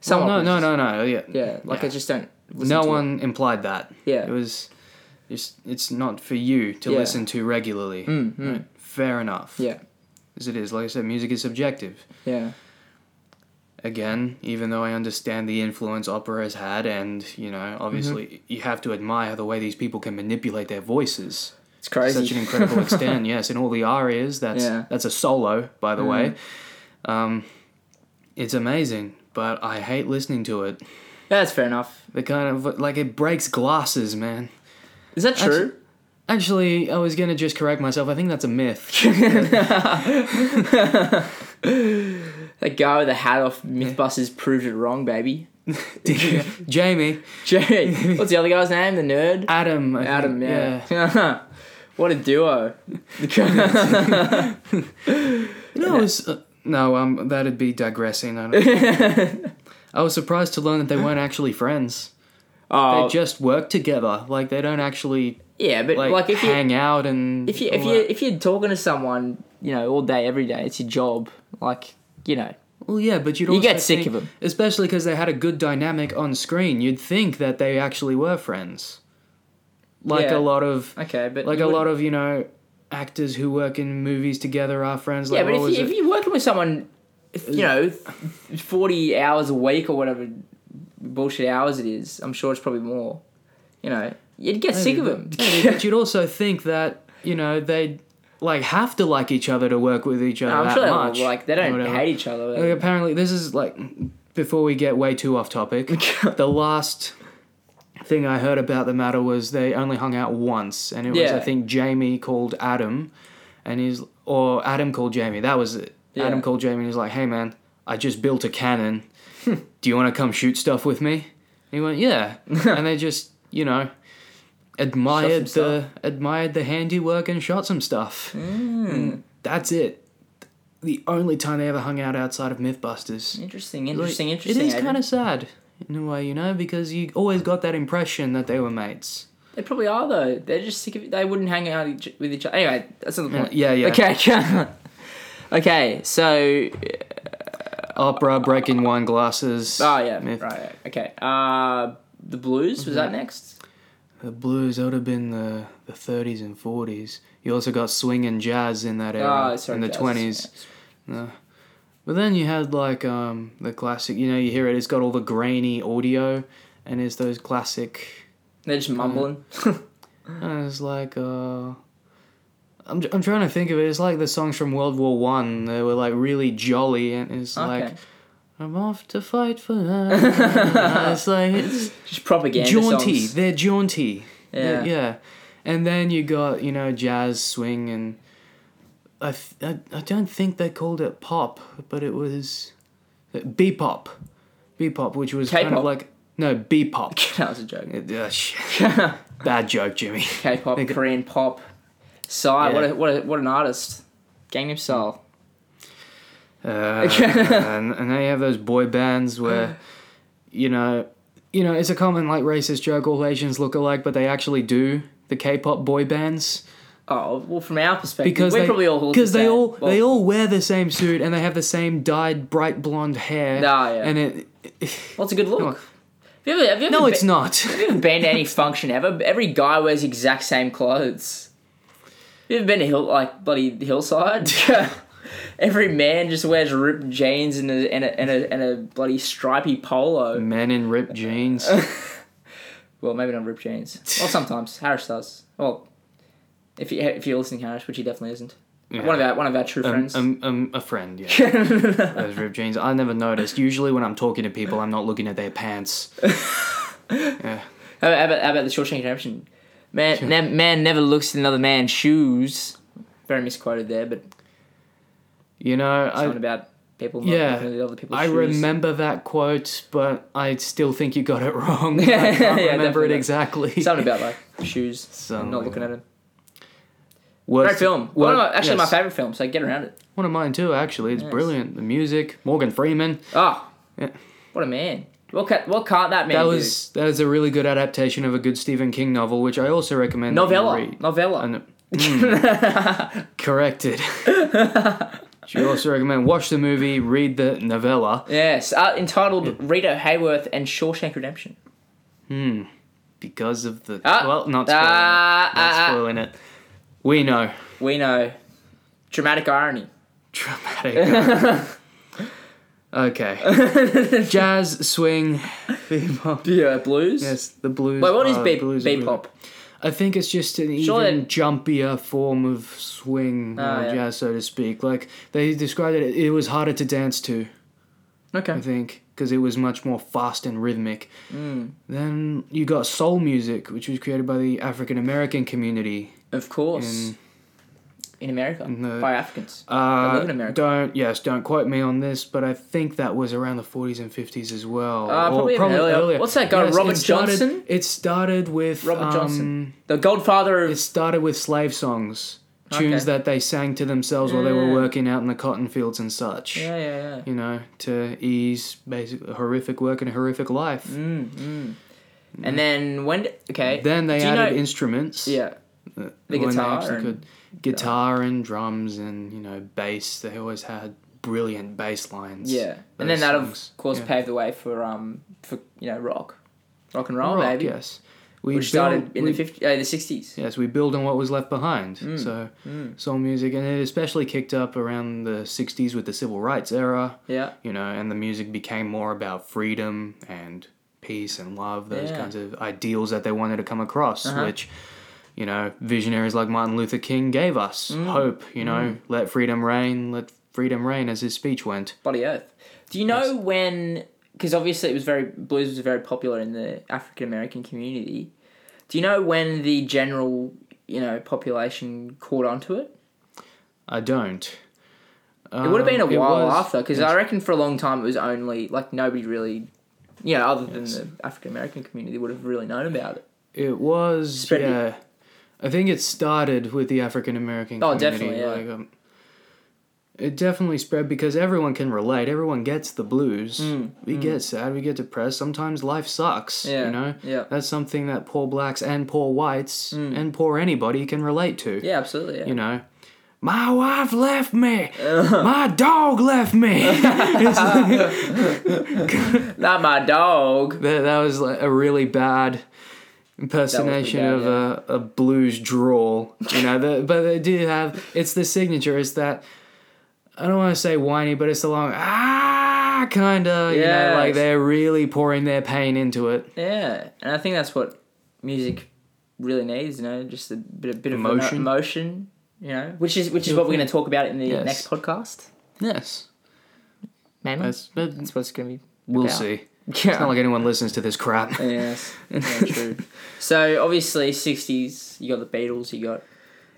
S1: some
S2: no,
S1: operas
S2: no,
S1: just-
S2: no, no. Yeah,
S1: Yeah, like I just don't. listen
S2: no
S1: to it.
S2: one implied that.
S1: Yeah.
S2: It was just it's not for you to
S1: Yeah. Mm,
S2: listen to regularly. Right? Fair enough.
S1: Yeah,
S2: As it is, like I said, music is subjective.
S1: yeah,
S2: Again, even though I understand the influence opera has had and, you know, obviously
S1: Mm-hmm.
S2: you have to admire the way these people can manipulate their voices
S1: it's crazy.
S2: to such an incredible
S1: (laughs)
S2: extent. Yes, in all the arias, that's
S1: Yeah. Mm.
S2: that's a solo, by the way. Um, it's amazing, but I hate listening to it.
S1: yeah, that's fair enough.
S2: The kind of like it breaks glasses, man.
S1: Is that
S2: Actu-
S1: true?
S2: Actually, I was gonna just correct myself. I think that's a
S1: (laughs)
S2: myth.
S1: that guy with the hat off MythBusters proved it wrong, baby. (laughs)
S2: Jamie,
S1: Jerry, what's the other guy's name? The
S2: (laughs)
S1: nerd.
S2: Adam, I think-
S1: Adam, yeah. (laughs) what a
S2: (laughs)
S1: duo. (laughs)
S2: No, it was, uh, no, um, that'd be digressing. I, don't
S1: (laughs)
S2: I was surprised to learn that they weren't actually friends.
S1: oh,
S2: They just work together. Like they don't actually
S1: yeah, but
S2: like,
S1: like, if you
S2: hang out and
S1: if you
S2: all
S1: if you
S2: that.
S1: if you're talking to someone, you know, all day, every day, it's your job. Like, you know,
S2: Well, yeah, but you'd
S1: You get
S2: also
S1: sick
S2: think-
S1: of 'em.
S2: especially because they had a good dynamic on screen. You'd think that they actually were friends, like
S1: Yeah.
S2: a lot of
S1: okay, but
S2: like a lot of you know actors who work in movies together are friends. Like,
S1: yeah, but
S2: what
S1: if, you, if
S2: was it?
S1: you're working with someone, you know, forty hours a week or whatever bullshit hours it is, I'm sure it's probably more. You know, you'd get sick of them. (laughs)
S2: Maybe, but you'd also think that you know they like have to like each other to work with each other
S1: I'm
S2: that
S1: sure they don't,
S2: much.
S1: like they
S2: or
S1: don't
S2: whatever.
S1: hate each other.
S2: Like, apparently, this is like before we get way too
S1: (laughs)
S2: off topic. the last thing I heard about the matter was they only hung out once, and it was
S1: Yeah.
S2: I think Jamie called Adam, and he's or Adam called Jamie. That was it. Adam
S1: Yeah.
S2: called Jamie, and he's like, "Hey man, I just built a
S1: (laughs)
S2: cannon. Do you want to come shoot stuff with me?" And he went,
S1: (laughs)
S2: "Yeah," and they just you know. Admired the
S1: stuff.
S2: admired the handiwork and shot some stuff. And that's it the only time they ever hung out outside of MythBusters.
S1: Interesting,
S2: Like,
S1: interesting, interesting.
S2: It is kind of sad in a way, you know, because you always got that impression that they were mates.
S1: They probably are though. They're just sick of it. They wouldn't hang out each, with each other. Anyway, that's not the point.
S2: yeah, yeah.
S1: Okay, (laughs) come on. Okay, so
S2: Opera, breaking wine glasses.
S1: oh yeah,
S2: Myth. Mm-hmm.
S1: right. Okay, uh, the blues was that next?
S2: The blues, that would have been the, the 30s and 40s. You also got swing and jazz in that era
S1: Oh, sorry,
S2: in the
S1: jazz,
S2: 20s. No. But then you had like um, the classic, you know, you hear it, it's got all the grainy audio and it's those classic
S1: They're just mumbling.
S2: Mm. And it's like, uh, I'm, I'm trying to think of it. It's like the songs from World War One. They were like really jolly, and it's like,
S1: Okay.
S2: I'm off to fight
S1: (laughs)
S2: for. her." it's like it's
S1: just propaganda
S2: jaunty.
S1: songs. (laughs)
S2: They're jaunty. They're-
S1: Yeah.
S2: yeah. And then you got you know jazz swing and. I, th- I, I don't think they called it pop, but it was uh, bebop, bebop, which was kind of
S1: K-pop.
S2: like no
S1: (laughs)
S2: bebop.
S1: that was a joke. (laughs)
S2: Uh, shit. Bad joke, Jimmy.
S1: K-pop,
S2: Think-
S1: Korean pop. Psy,
S2: Yeah.
S1: what a, what a, what an artist. Gangnam Style.
S2: Uh, and, and then you have those boy bands where, you know, you know, it's a common like racist joke. All Asians look alike, but they actually do. The K-pop boy bands
S1: Oh well, from our perspective,
S2: because
S1: we're
S2: they,
S1: probably all horses
S2: because they
S1: there.
S2: all
S1: Well,
S2: they all wear the same suit and they have the same dyed bright blonde hair.
S1: Ah, yeah.
S2: And it
S1: What's a good look?
S2: Look.
S1: Have you ever, have you ever
S2: no,
S1: been,
S2: it's not.
S1: (laughs) Have you ever been to any function ever? Every guy wears the exact same clothes. Have you ever been to hill like bloody hillside? (laughs) Every man just wears ripped jeans and a and a and a, and a bloody stripy polo.
S2: Men in ripped (laughs) jeans.
S1: Well, maybe not ripped jeans.
S2: (laughs)
S1: Well, sometimes Harris does. Well, if you if you're listening, Harris, which he definitely isn't. One of our one of our true
S2: Um,
S1: friends.
S2: um, um, a friend, (laughs) yeah. Those ripped jeans. I never noticed. Usually, when I'm talking to people, I'm not looking at their pants. yeah.
S1: How about, how about, how about the Shawshank Redemption? Man, ne- man never looks at another man's shoes. Very misquoted there, but
S2: You know,
S1: something
S2: I,
S1: about people not
S2: Yeah.
S1: looking at other people's
S2: I
S1: shoes.
S2: remember that quote, but I still think you got
S1: (laughs)
S2: it wrong. I can't
S1: Yeah,
S2: remember it
S1: definitely.
S2: exactly.
S1: something about like shoes,
S2: Something
S1: and not
S2: like
S1: looking at them.
S2: Worst-
S1: Great film. One
S2: Well,
S1: of my, actually,
S2: yes.
S1: my favorite film. So get around it.
S2: One of mine too. Actually, it's
S1: Yes.
S2: brilliant. The music, Morgan Freeman.
S1: Oh,
S2: Yeah.
S1: what a man! What can, what can't that man
S2: That
S1: do?
S2: was that is a really good adaptation of a good Stephen King novel, which I also recommend. that you
S1: novella,
S2: read.
S1: novella. (laughs)
S2: I know. Mm. Corrected. (laughs) Should also recommend watch the movie, read the novella
S1: Yes, uh, entitled
S2: Hmm.
S1: Rita Hayworth and Shawshank Redemption.
S2: because of the
S1: Ah,
S2: well, not spoiling,
S1: ah, ah,
S2: it. Not
S1: ah.
S2: spoiling it. We know
S1: We know dramatic irony.
S2: dramatic. (laughs) okay, jazz, swing, bebop.
S1: Yeah, uh, blues.
S2: Yes, the blues.
S1: Wait, what is
S2: are-
S1: beep
S2: blues are brilliant.
S1: bebop?
S2: I think it's just an even
S1: Surely that-
S2: jumpier form of swing
S1: Ah,
S2: or
S1: yeah.
S2: jazz, so to speak. Like they described it, it was harder to dance to. I
S1: Okay.
S2: think because it was much more fast and rhythmic.
S1: Hmm.
S2: Then you got soul music, which was created by the African American community.
S1: Of course.
S2: In-
S1: In, America.
S2: the-
S1: by Africans.
S2: Uh,
S1: live in America.
S2: Don't yes, don't quote me on this, but I think that was around the 40s and 50s as well.
S1: Uh, probably even earlier. What's that guy, Robert
S2: it started-
S1: Johnson?
S2: It started with
S1: Robert
S2: um,
S1: Johnson. The godfather
S2: It
S1: of.
S2: started with slave songs, tunes
S1: Okay.
S2: that they sang to themselves while they were
S1: Yeah.
S2: working out in the cotton fields and such.
S1: Yeah, yeah, yeah.
S2: You know, to ease basic horrific work and a horrific life.
S1: Mm, mm. And then when. d- Okay.
S2: Then they
S1: Do you
S2: added
S1: know-
S2: instruments.
S1: Yeah.
S2: The
S1: The guitar and-
S2: guitar and drums and you know bass. They always had brilliant bass lines.
S1: Yeah. And then
S2: those
S1: that,
S2: songs.
S1: of course,
S2: Yeah.
S1: paved the way for, um, for you know, rock. Rock and roll,
S2: Rock,
S1: baby.
S2: Yes, we
S1: Which started
S2: build-
S1: in
S2: we-
S1: the Mm. 50, uh, the 60s.
S2: Yes, we build on what was left behind. So soul music, and it especially kicked up around the '60s with the civil rights era.
S1: Yeah.
S2: You know, and the music became more about freedom and peace and love, those
S1: Yeah.
S2: kinds of ideals that they wanted to come across,
S1: Uh-huh.
S2: which you know visionaries like Martin Luther King gave us
S1: Mm.
S2: hope. You know, let freedom reign. Let freedom reign, as his speech went.
S1: Bloody Earth. Do you know when? Because obviously it was very blues was very popular in the African American community. Do you know when the general you know population caught onto it?
S2: I don't. Um,
S1: It would have been a while after, 'cause after, because
S2: yes.
S1: I reckon for a long time it was only like nobody really, you know, other than the African American community would have really known about it.
S2: It was
S1: Spread it.
S2: yeah. I think it started with the African American.
S1: Oh,
S2: community,
S1: definitely, yeah.
S2: Like, um, it definitely spread because everyone can relate. Everyone gets the blues. we get sad. We get depressed. Sometimes life sucks.
S1: Mm, Yeah,
S2: You know.
S1: yeah. Mm.
S2: That's something that poor blacks and poor whites and poor anybody can relate to.
S1: Yeah, absolutely. Yeah.
S2: You know. My wife
S1: (laughs)
S2: left me. My dog left me. It's like-
S1: Not my dog.
S2: that, that was like a really bad impersonation
S1: bad,
S2: of a, a blues drawl. You know, the, but they do have it's the signature. It's that I don't want to say whiny, but it's the long ah kind of. You know, like
S1: Yes.
S2: they're really pouring their pain into it.
S1: Yeah, and I think that's what music really needs. You know, just a bit, a bit of emo-
S2: Emotion.
S1: emotion. You know, which is which is what we're going to talk about in the
S2: Yes.
S1: next podcast.
S2: Yes,
S1: Maybe
S2: that's, that's
S1: That's what it's going to be.
S2: we'll
S1: about. (laughs)
S2: see. It's
S1: Yeah.
S2: not like anyone listens to this crap.
S1: yes. (laughs) Yeah, true. So obviously, sixties. You got the Beatles. You got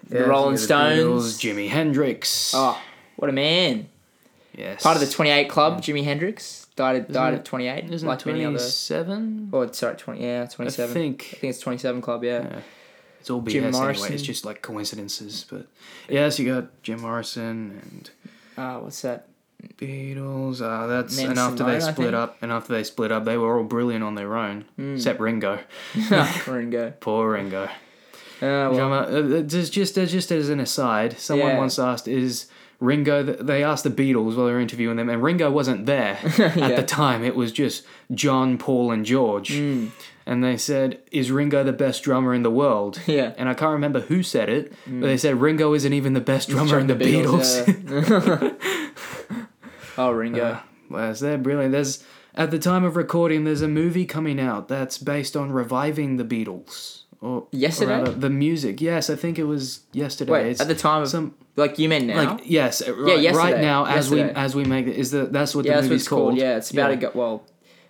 S1: the Rolling Stones.
S2: Jimi Hendrix.
S1: oh, what a man!
S2: yes,
S1: Part of the Twenty Eight Club. Jimi Hendrix died at, died
S2: it-
S1: at twenty eight.
S2: Isn't
S1: Like many other.
S2: twenty-seven?
S1: Oh, sorry, twenty. Yeah,
S2: I
S1: twenty seven. I think,
S2: think
S1: it's twenty seven Club. Yeah.
S2: Yeah. It's all BS
S1: Jim
S2: anyway.
S1: Morrison.
S2: It's just like coincidences. But yes, you got Jim Morrison and (laughs)
S1: Ah, what's that? (laughs)
S2: Beatles. Uh, that's
S1: Nance
S2: and after
S1: Simone,
S2: they
S1: I
S2: split
S1: think. Hmm.
S2: up, and after they split up, they were all brilliant on their own, except Ringo.
S1: Ringo.
S2: Poor Ringo.
S1: Uh, well,
S2: Drummer. Uh, uh, just, just, uh, just as an aside, someone
S1: Yeah.
S2: once asked, "Is Ringo?" th- They asked the Beatles while they were interviewing them, and Ringo wasn't there
S1: (laughs)
S2: at
S1: Yeah.
S2: the time. It was just John, Paul, and George.
S1: Hmm.
S2: And they said, "Is Ringo the best drummer in the world?"
S1: (laughs) Yeah.
S2: And I can't remember who said it, but
S1: Mm.
S2: they said Ringo isn't even the best drummer in the Beatles. Uh,
S1: yeah. (laughs) oh,
S2: (laughs)
S1: Ringo.
S2: Well, they're brilliant. There's at the time of recording, there's a movie coming out that's based on reviving the Beatles. Or or
S1: Yesterday?
S2: rather, the music. Yes, I think it was yesterday.
S1: Wait,
S2: It's
S1: at the time of
S2: some
S1: like you meant now.
S2: like yes, uh, right, right
S1: yesterday.
S2: now as we
S1: Yesterday.
S2: as we make it is the that's what
S1: yeah,
S2: the
S1: that's what
S2: movie's
S1: it's called.
S2: called. Um,
S1: Yeah, it's about a go- well,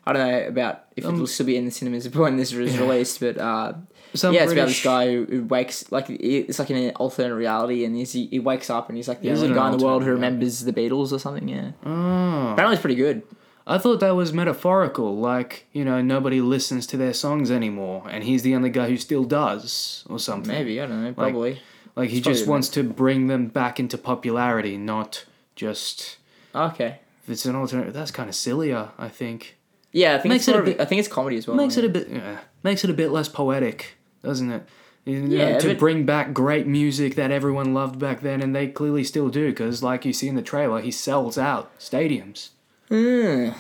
S1: I don't know about if it'll still be in the cinemas (laughs) when this is released, but uh,
S2: Some
S1: yeah, it's about
S2: British-
S1: this guy who, who wakes like he- it's like in an alternate reality, and he's, he he wakes up and he's like the
S2: Is
S1: only
S2: it an
S1: guy in the world who
S2: alternate
S1: remembers the Beatles or something. Yeah,
S2: Oh,
S1: apparently it's pretty good.
S2: I thought that was metaphorical. Like you know, nobody listens to their songs anymore, and he's the only guy who still does, or something.
S1: Maybe I don't know, probably.
S2: Like he
S1: probably
S2: just
S1: the
S2: wants to bring them back into popularity, not just.
S1: okay.
S2: It's an alternative. That's kind of sillier, I think.
S1: Yeah, I think
S2: Makes
S1: it's more
S2: it a
S1: of a-
S2: bit-
S1: I think it's comedy as well.
S2: Makes it a bit yeah, makes it a bit less poetic, doesn't it? You know,
S1: Yeah,
S2: to
S1: but-
S2: bring back great music that everyone loved back then, and they clearly still do, because like you see in the trailer, he sells out stadiums.
S1: Mm.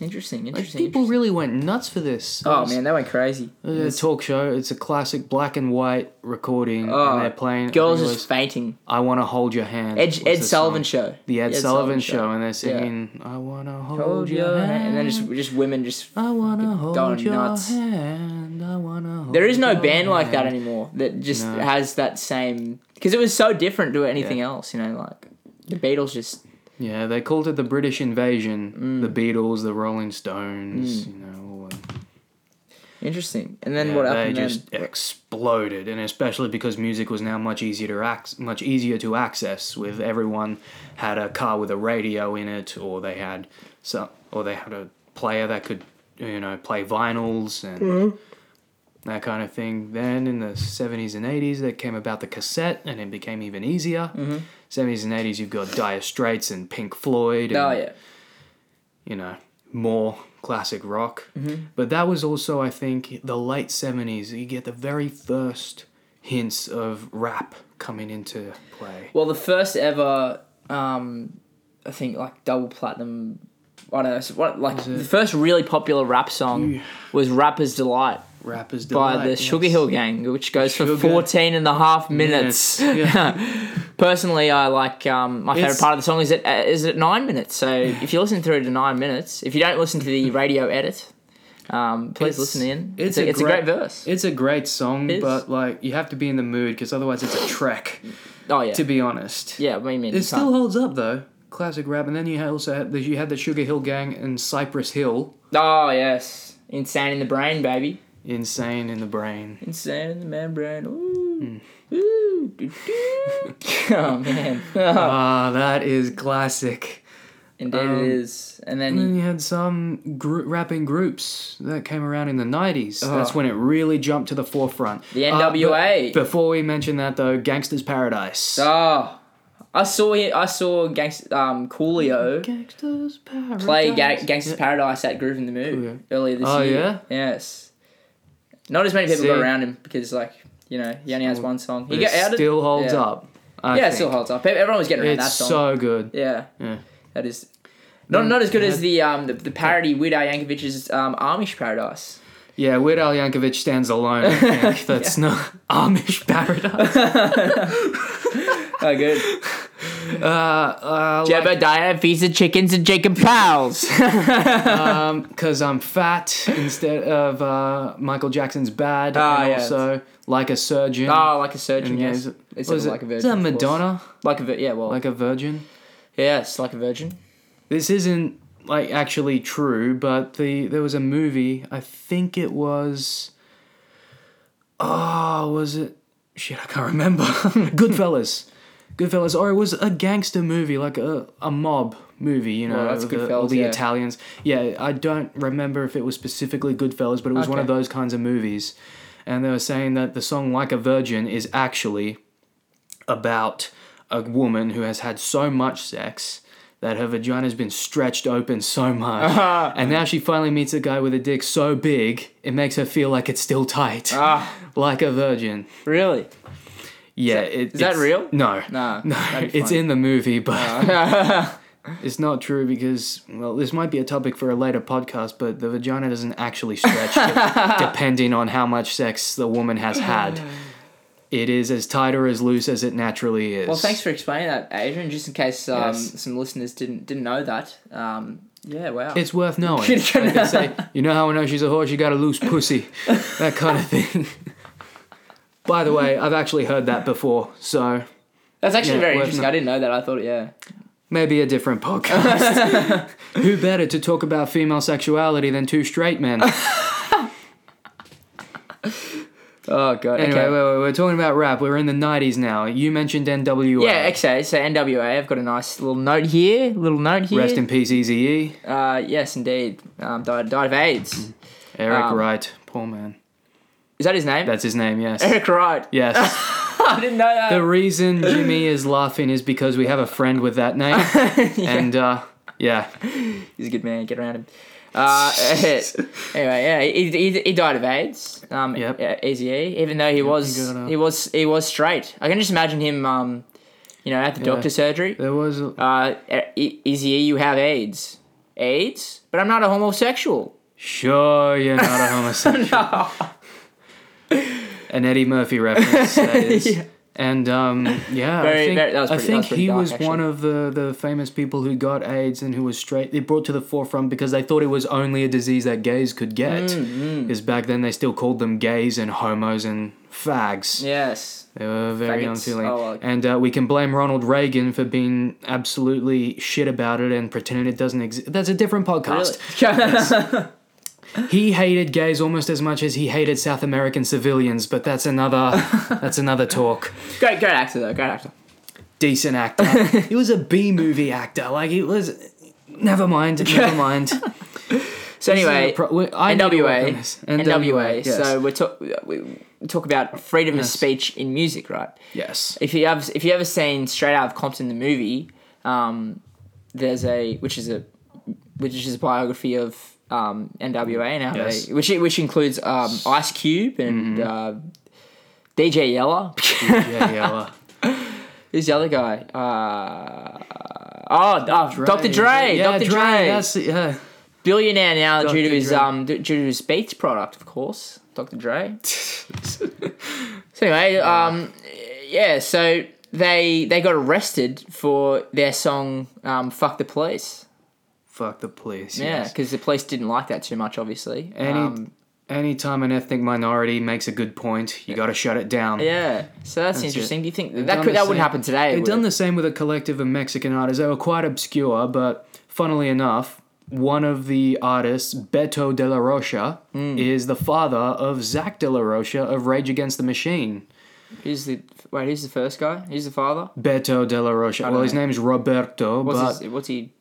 S1: Interesting,
S2: Like,
S1: interesting.
S2: people Uh, really went nuts for this.
S1: Oh man, that went crazy.
S2: it's a talk show. It's a classic black and white recording,
S1: Oh,
S2: and they're playing. I
S1: Girls
S2: think it
S1: just
S2: was,
S1: fainting.
S2: I want to hold your hand.
S1: Ed,
S2: was
S1: Ed
S2: the
S1: Sullivan
S2: song.
S1: show.
S2: The Ed, Sullivan, show, and they're singing, "I want to hold, Oh,
S1: Hold your hand. And then just just women just.
S2: I wanna hold
S1: going
S2: your
S1: nuts.
S2: hand. I wanna. Hold
S1: There is no
S2: your
S1: band like that
S2: hand.
S1: anymore that just
S2: No.
S1: has that same because it was so different to anything else. You know, like the Beatles just
S2: Yeah, they called it the British Invasion.
S1: Mm.
S2: The Beatles, the Rolling Stones. You know, all that.
S1: interesting. And then
S2: Yeah,
S1: what
S2: they
S1: happened then?
S2: just exploded, and especially because music was now much easier to ac- much easier to access. With
S1: Mm.
S2: everyone had a car with a radio in it, or they had some, or they had a player that could, you know, play vinyls and
S1: Mm-hmm.
S2: that kind of thing. Then in the seventies and eighties, there came about the cassette, and it became even easier.
S1: Mm-hmm.
S2: 70s and eighties, you've got Dire Straits and Pink Floyd. And,
S1: Oh yeah,
S2: you know, more classic rock.
S1: Mm-hmm.
S2: But that was also, I think, the late 70s. You get the very first hints of rap coming into play.
S1: Well, the first ever, um, I think like double platinum. I don't know so what like the first really popular rap song was "Rapper's Delight"
S2: Rappers
S1: by
S2: Delight,
S1: the
S2: yes.
S1: Sugar Hill Gang, which goes for
S2: Sugar
S1: 14 and a half minutes.
S2: Minutes,
S1: (laughs) Personally, I like um, my favorite
S2: It's-
S1: part of the song is it uh, is at nine minutes.
S2: (sighs)
S1: So if you listen through to nine minutes, if you don't listen to the radio edit, um, please
S2: It's-
S1: listen in. It's,
S2: it's
S1: a,
S2: a
S1: it's a great
S2: great-
S1: verse.
S2: It's a great song,
S1: is.
S2: but like you have to be in the mood because otherwise it's a trek.
S1: oh yeah,
S2: To be honest,
S1: yeah. What do you mean?
S2: it
S1: You
S2: still
S1: can't-
S2: holds up though. Classic rap, and then you had also had you had the Sugar Hill Gang and Cypress Hill.
S1: oh yes, insane in the brain, baby.
S2: Insane in the brain.
S1: (laughs) Insane in the membrane. Ooh.
S2: Hmm.
S1: Ooh. doo, doo.
S2: (laughs)
S1: oh man.
S2: Ah, that is classic.
S1: Indeed
S2: Um, mm.
S1: it is. And then
S2: And then
S1: you-
S2: you had some grou- rapping groups that came around in the 90s. That's
S1: Ugh.
S2: when it really jumped to the forefront.
S1: Uh-huh. The
S2: Uh,
S1: NWA.
S2: but before we mention that, though, Gangster's Paradise.
S1: oh, I saw it. I saw Gangst, um, Coolio
S2: Gangster's Paradise.
S1: play Ga- Gangsta's Paradise at Groove in the Mood
S2: Coolio.
S1: earlier this
S2: Oh,
S1: year. Yes. Not as many people got
S2: See?
S1: around him because like you know he only has
S2: Still-
S1: one song. He
S2: But
S1: got
S2: it
S1: out
S2: still holds
S1: yeah.
S2: up. I
S1: Yeah, it
S2: think.
S1: still holds up. Everyone was getting around
S2: It's
S1: that song.
S2: so good.
S1: yeah.
S2: Yeah.
S1: That is. Not, not as good as the um the, the parody Weird Al Yankovic's um, Amish Paradise.
S2: Yeah, Weird Al Yankovic stands
S1: (laughs)
S2: alone. I think. That's not Amish Paradise.
S1: Oh,
S2: (laughs)
S1: good.
S2: Uh, uh, like-
S1: Jebediah feeds the chickens and Jacob
S2: (laughs)
S1: pals.
S2: um, because I'm fat instead of uh, Michael Jackson's bad,
S1: Ah,
S2: and
S1: yeah.
S2: also like a surgeon.
S1: oh, like a surgeon,
S2: And
S1: yes.
S2: is it-
S1: It's
S2: what is it?
S1: like a
S2: Is
S1: virgin. of course.
S2: that Madonna?
S1: Like a vir- yeah, well,
S2: Like a virgin?
S1: yes, like a virgin.
S2: This isn't like actually true, but the there was a movie. I think it was. Oh, was it? Shit, I can't remember. (laughs) Goodfellas. Goodfellas, or it was a gangster movie, like a, a mob movie, you know,
S1: Well, that's
S2: with the, all
S1: Goodfellas,
S2: the
S1: yeah.
S2: Italians. Yeah, I don't remember if it was specifically Goodfellas, but it was
S1: Okay.
S2: one of those kinds of movies. And they were saying that the song Like a Virgin is actually about a woman who has had so much sex that her vagina's been stretched open so
S1: (laughs)
S2: much, and now she finally meets a guy with a dick so big it makes her feel like it's still tight,
S1: Ah.
S2: (laughs) like a virgin.
S1: Really?
S2: Yeah, it, is
S1: that real?
S2: No,
S1: Nah.
S2: (laughs) no,
S1: that'd be Uh.
S2: it's
S1: funny.
S2: in the movie, but (laughs) it's not true because well, this might be a topic for a later podcast. But the vagina doesn't actually
S1: (laughs)
S2: stretch, de- depending on how much sex the woman has had. It is as tight or as loose as it naturally is.
S1: Well, thanks for explaining that, Adrian. Just in case um,
S2: Yes.
S1: some listeners didn't didn't know that. Um, yeah. Wow.
S2: It's worth
S1: (laughs)
S2: knowing. Like they say, you know how I know she's a whore? She got a loose pussy. That kind of thing. (laughs) By the way, I've actually heard that before, so
S1: That's actually
S2: yeah,
S1: very
S2: worth
S1: interesting.
S2: no-
S1: I didn't know that. I thought, yeah.
S2: maybe a different podcast.
S1: (laughs)
S2: Who better to talk about female sexuality than two straight men?
S1: Oh god.
S2: Anyway,
S1: okay.
S2: wait, wait, we're talking about rap. We're in the 90s now. You mentioned NWA.
S1: yeah. Okay. So NWA. I've got a nice little note here. Little note here.
S2: Rest in peace, Eazy-E.
S1: Uh, yes, indeed. Um, died died of
S2: Mm.
S1: AIDS.
S2: Eric
S1: Um,
S2: Wright. Poor man.
S1: Is that his name?
S2: That's his name, yes.
S1: Eric Wright.
S2: Yes.
S1: (laughs) I didn't know that.
S2: The reason Jimmy is laughing is because we have a friend with
S1: (laughs)
S2: that name. And, uh, yeah.
S1: He's a good man. Get around him. Uh, (laughs) anyway, yeah, he, he, he died of AIDS. Um,
S2: Yep.
S1: yeah, Easy E. Even though he was
S2: got, uh,
S1: he was he was straight. I can just imagine him. Um, you know, at the doctor surgery.
S2: There was a-
S1: Uh, E- Easy E, you have AIDS. AIDS, but I'm not a homosexual.
S2: Sure,
S1: (laughs)
S2: you're not a homosexual. An Eddie Murphy
S1: (laughs)
S2: reference, that is. And um, yeah,
S1: Very-
S2: I think,
S1: very- that was
S2: I
S1: pretty- that was
S2: think
S1: pretty
S2: he
S1: dark,
S2: was
S1: actually.
S2: one of the, the famous people who got AIDS and who was straight. They brought to the forefront because they thought it was only a disease that gays could get.
S1: Mm,
S2: Because back then they still called them gays and homos and fags.
S1: Yes.
S2: They were very
S1: Faggots.
S2: unfeeling.
S1: Oh, well.
S2: And uh, we can blame Ronald Reagan for being absolutely shit about it and pretending it doesn't exist. That's a different podcast. He hated gays almost as much as he hated South American civilians, but
S1: (laughs)
S2: that's another that's another talk.
S1: (laughs) great, great actor though. Great actor.
S2: Decent actor. He was a B movie actor. Like he was
S1: (laughs)
S2: never mind, never mind.
S1: So anyway,
S2: I need to work on
S1: NWA,
S2: this.
S1: NWA.
S2: yes.
S1: So we're talk, we talk about freedom of speech in music, right? (laughs)
S2: yes.
S1: If you have, if you ever seen Straight Out of Compton the movie, um, there's a which is a which is a biography of um, NWA and how
S2: Yes. Mm-hmm.
S1: they, which which includes um, Ice Cube and uh, DJ Yella.
S2: yeah, yeah, well,
S1: (laughs) Who's the other guy? Uh, oh, oh, Dr. Dre.
S2: Yeah,
S1: Dr. Dre.
S2: That's yeah.
S1: Billionaire now due to
S2: Dr.
S1: his
S2: Dre.
S1: um d- due to his Beats product, of course. Dr.
S2: (laughs)
S1: Dre. so anyway, um, yeah. So they they got arrested for their song um, "Fuck the Police."
S2: Fuck the police.
S1: Yeah,
S2: Yes.
S1: because the police didn't like that too much, obviously.
S2: Any
S1: Um,
S2: anytime an ethnic minority makes a good point, you got to shut it down.
S1: yeah. So that's, interesting. Do you think that, that
S2: done
S1: could
S2: the
S1: that wouldn't
S2: same-
S1: happen today?
S2: They've
S1: would
S2: done
S1: it?
S2: the same with a collective of Mexican artists. They were quite obscure, but funnily enough, one of the artists, Beto de la Rocha,
S1: Hmm.
S2: is the father of Zach de la Rocha of Rage Against the Machine.
S1: Who's the wait? Who's the first guy? Who's the father?
S2: Beto de la Rocha. Well, his
S1: know.
S2: name's Roberto,
S1: What's
S2: but
S1: his, what's he?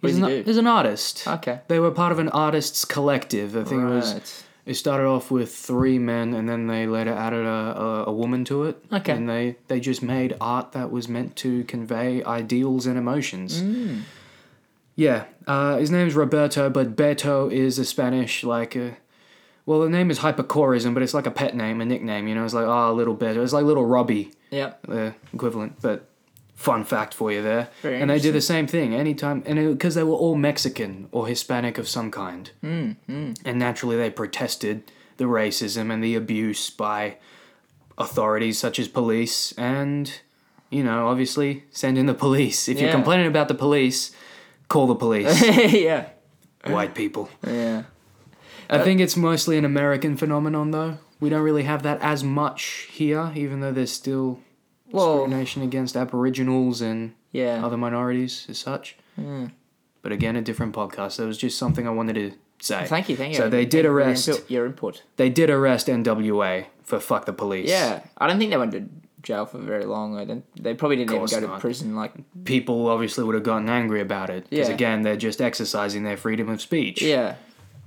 S1: What
S2: he's,
S1: does he
S2: an, (laughs)
S1: do?
S2: he's an artist.
S1: Okay.
S2: They were part of an artists collective. I think it was.
S1: Right. (laughs)
S2: It started off with three men, and then they later added a, a, a woman to it.
S1: Okay.
S2: And they, they just made art that was meant to convey ideals and emotions. Yeah. Uh, his name's Roberto, but Beto is a Spanish, like, uh well, the name is hyperchorism, but it's like a pet name, a nickname, you know? It's like, oh, little Beto. It's like little Robbie (laughs)
S1: Yep.
S2: the uh, equivalent, but fun fact for you there.
S1: Very
S2: and they did the same thing anytime, and because they were all Mexican or Hispanic of some kind, mm,
S1: Hmm,
S2: and naturally they protested the racism and the abuse by authorities such as police, and you know, obviously send in the police. If
S1: Yeah.
S2: you're complaining about the police, call
S1: (laughs)
S2: the police.
S1: yeah.
S2: White people.
S1: Yeah.
S2: I think it's mostly an American phenomenon, though. We don't really have that as much here, even though there's still
S1: Well,
S2: discrimination against Aboriginals and
S1: yeah.
S2: other minorities as such.
S1: Hmm.
S2: But again, a different podcast. That was just something I wanted to say.
S1: Thank you, thank you.
S2: So they
S1: Thank
S2: did
S1: you for your
S2: arrest.
S1: input- Your input.
S2: They did arrest NWA for fuck the police.
S1: Yeah, I don't think they went to jail for very long. I don't, they probably didn't even
S2: Course
S1: go to
S2: not.
S1: prison. Like,
S2: People obviously would have gotten angry about it because
S1: Yeah.
S2: again, they're just exercising their freedom of speech.
S1: yeah,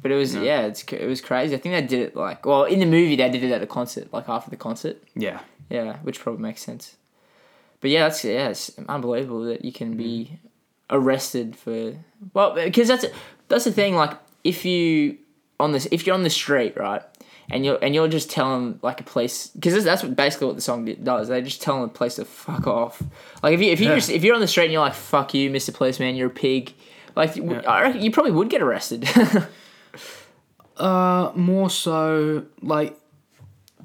S1: but it was yeah, it's c- it was crazy. I think they did it like well in the movie they did it at a concert, like after the concert.
S2: Yeah.
S1: Yeah, which probably makes sense. But yeah, that's yeah, it's unbelievable that you can be arrested for well because that's that's the thing like if you on this if you're on the street right and you're and you're just telling like a police because that's what basically what the song does they just telling the police to fuck off like if you if you
S2: Yeah.
S1: just if you're on the street and you're like fuck you Mr Policeman you're a pig like w I reckon you probably would get arrested (laughs)
S2: Uh, more so like